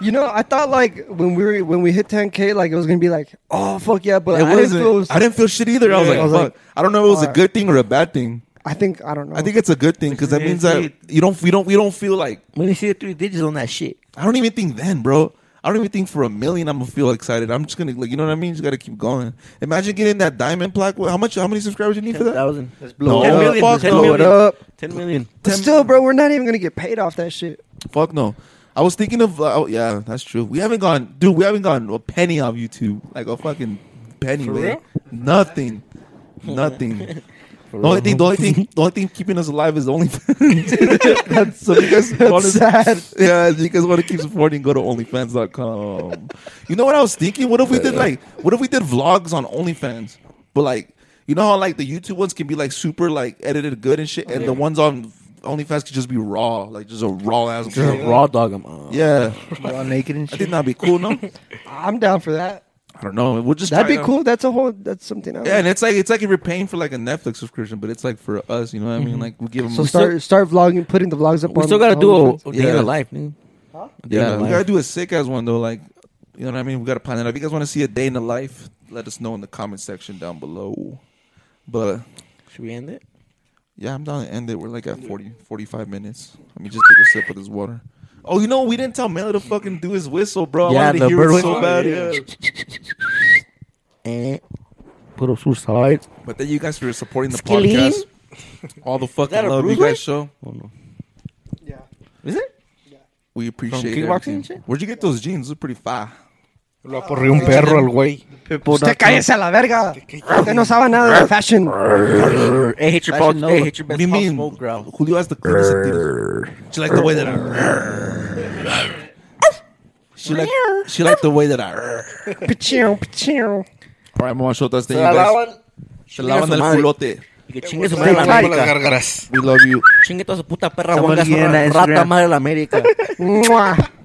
B: You know, I thought like when we were when we hit ten K, like it was gonna be like, oh fuck yeah, but
A: it
B: I didn't
A: wasn't.
B: feel it was,
A: I didn't feel shit either. I was
B: Yeah.
A: like,
B: I was
A: fuck.
B: like,
A: I don't know if it was a
B: alright.
A: good thing or a bad thing.
B: I think I don't know.
A: I think it's a good thing because that means that you don't, we don't, we don't feel like,
C: When you see the three digits on that shit,
A: I don't even think then, bro. I don't even think for a million I'm gonna feel excited. I'm just gonna like, you know what I mean? You just gotta keep going. Imagine getting that diamond plaque. How much? How many subscribers you need for
C: ten
A: that?
C: thousand.
A: blow
C: ten
A: it up.
C: million,
A: Fuck
C: ten
A: no.
B: blow it
C: million.
B: up.
C: Ten million.
B: But
A: 10
B: still, bro, we're not even gonna get paid off that shit.
A: Fuck no. I was thinking of uh, oh, yeah, that's true. We haven't gone, dude. We haven't gone a penny off YouTube, like a fucking penny.
D: For
A: man.
D: real?
A: Nothing, nothing. The only thing, the only thing, the only thing keeping us alive is OnlyFans. that's so you guys wanna-
B: sad.
A: Yeah, if you guys want to keep supporting, go to OnlyFans.com. You know what I was thinking? What if we did like, what if we did vlogs on OnlyFans? But like, you know how like the YouTube ones can be like super like edited good and shit, and the ones on OnlyFans could just be raw, like just a raw uh, ass.
C: Just a raw dog. I'm on.
A: Yeah,
E: All naked and
A: I
E: shit.
A: think that'd be cool. No,
B: I'm down for that.
A: I don't know. We'll just
B: That'd
A: try
B: be
A: it out.
B: cool. That's a whole that's something else.
A: Yeah, and it's like it's like if you're paying for like a Netflix subscription, but it's like for us. You know what I
C: Mm-hmm.
A: mean? Like we give them.
B: so start start vlogging, putting the vlogs up
C: We
B: on
C: still gotta
B: on
C: do
B: OnlyFans.
C: a, a day in
A: Yeah.
C: the life, dude. A day in
A: yeah,
C: the
A: we
C: life.
A: gotta do a sick ass one though. Like, you know what I mean? We gotta plan it out. If you guys want to see a day in the life, let us know in the comment section down below. But
C: Should we end it?
A: yeah, I'm down to end it. We're like at 40, 45 minutes. Let me just take a sip of this water. Oh, you know we didn't tell Melo to fucking do his whistle, bro. I
C: Yeah,
A: wanted to
C: the
A: hear
C: bird
A: it
C: whistle.
A: so bad.
D: Yeah.
A: Yeah.
C: And put us through side.
A: But thank you guys for supporting the
C: Skilly?
A: podcast. All the fucking
C: a
A: love you
C: Bruiser?
A: guys show.
C: Oh, no.
B: Yeah.
C: Is it?
A: We appreciate
C: kickboxing
A: it.
C: and shit?
A: Where'd you get those jeans? They're pretty fire.
D: Lo aporrió un perro al güey.
B: Usted cállese a la verga. Usted no sabe nada de fashion.
C: Eh, Hey, hit your ball. Hey, hit your
A: What
C: best
A: do you mean?
C: possible ground.
A: Julio has the cleanest sentidos. She like the way that I. She like she like the way that I. All
B: Picheo, picheo.
A: right, mama shotas. Thank you guys. Se lavan el
C: Madre.
A: culote.
C: Y que chingue su madre la
D: Madre las
C: América.
D: gárgaras.
A: We love you.
C: Chingue toda su puta perra.
E: Somebody
C: guanga,
E: get in that
C: Rata
E: Instagram.
C: madre la América.
B: Mwah.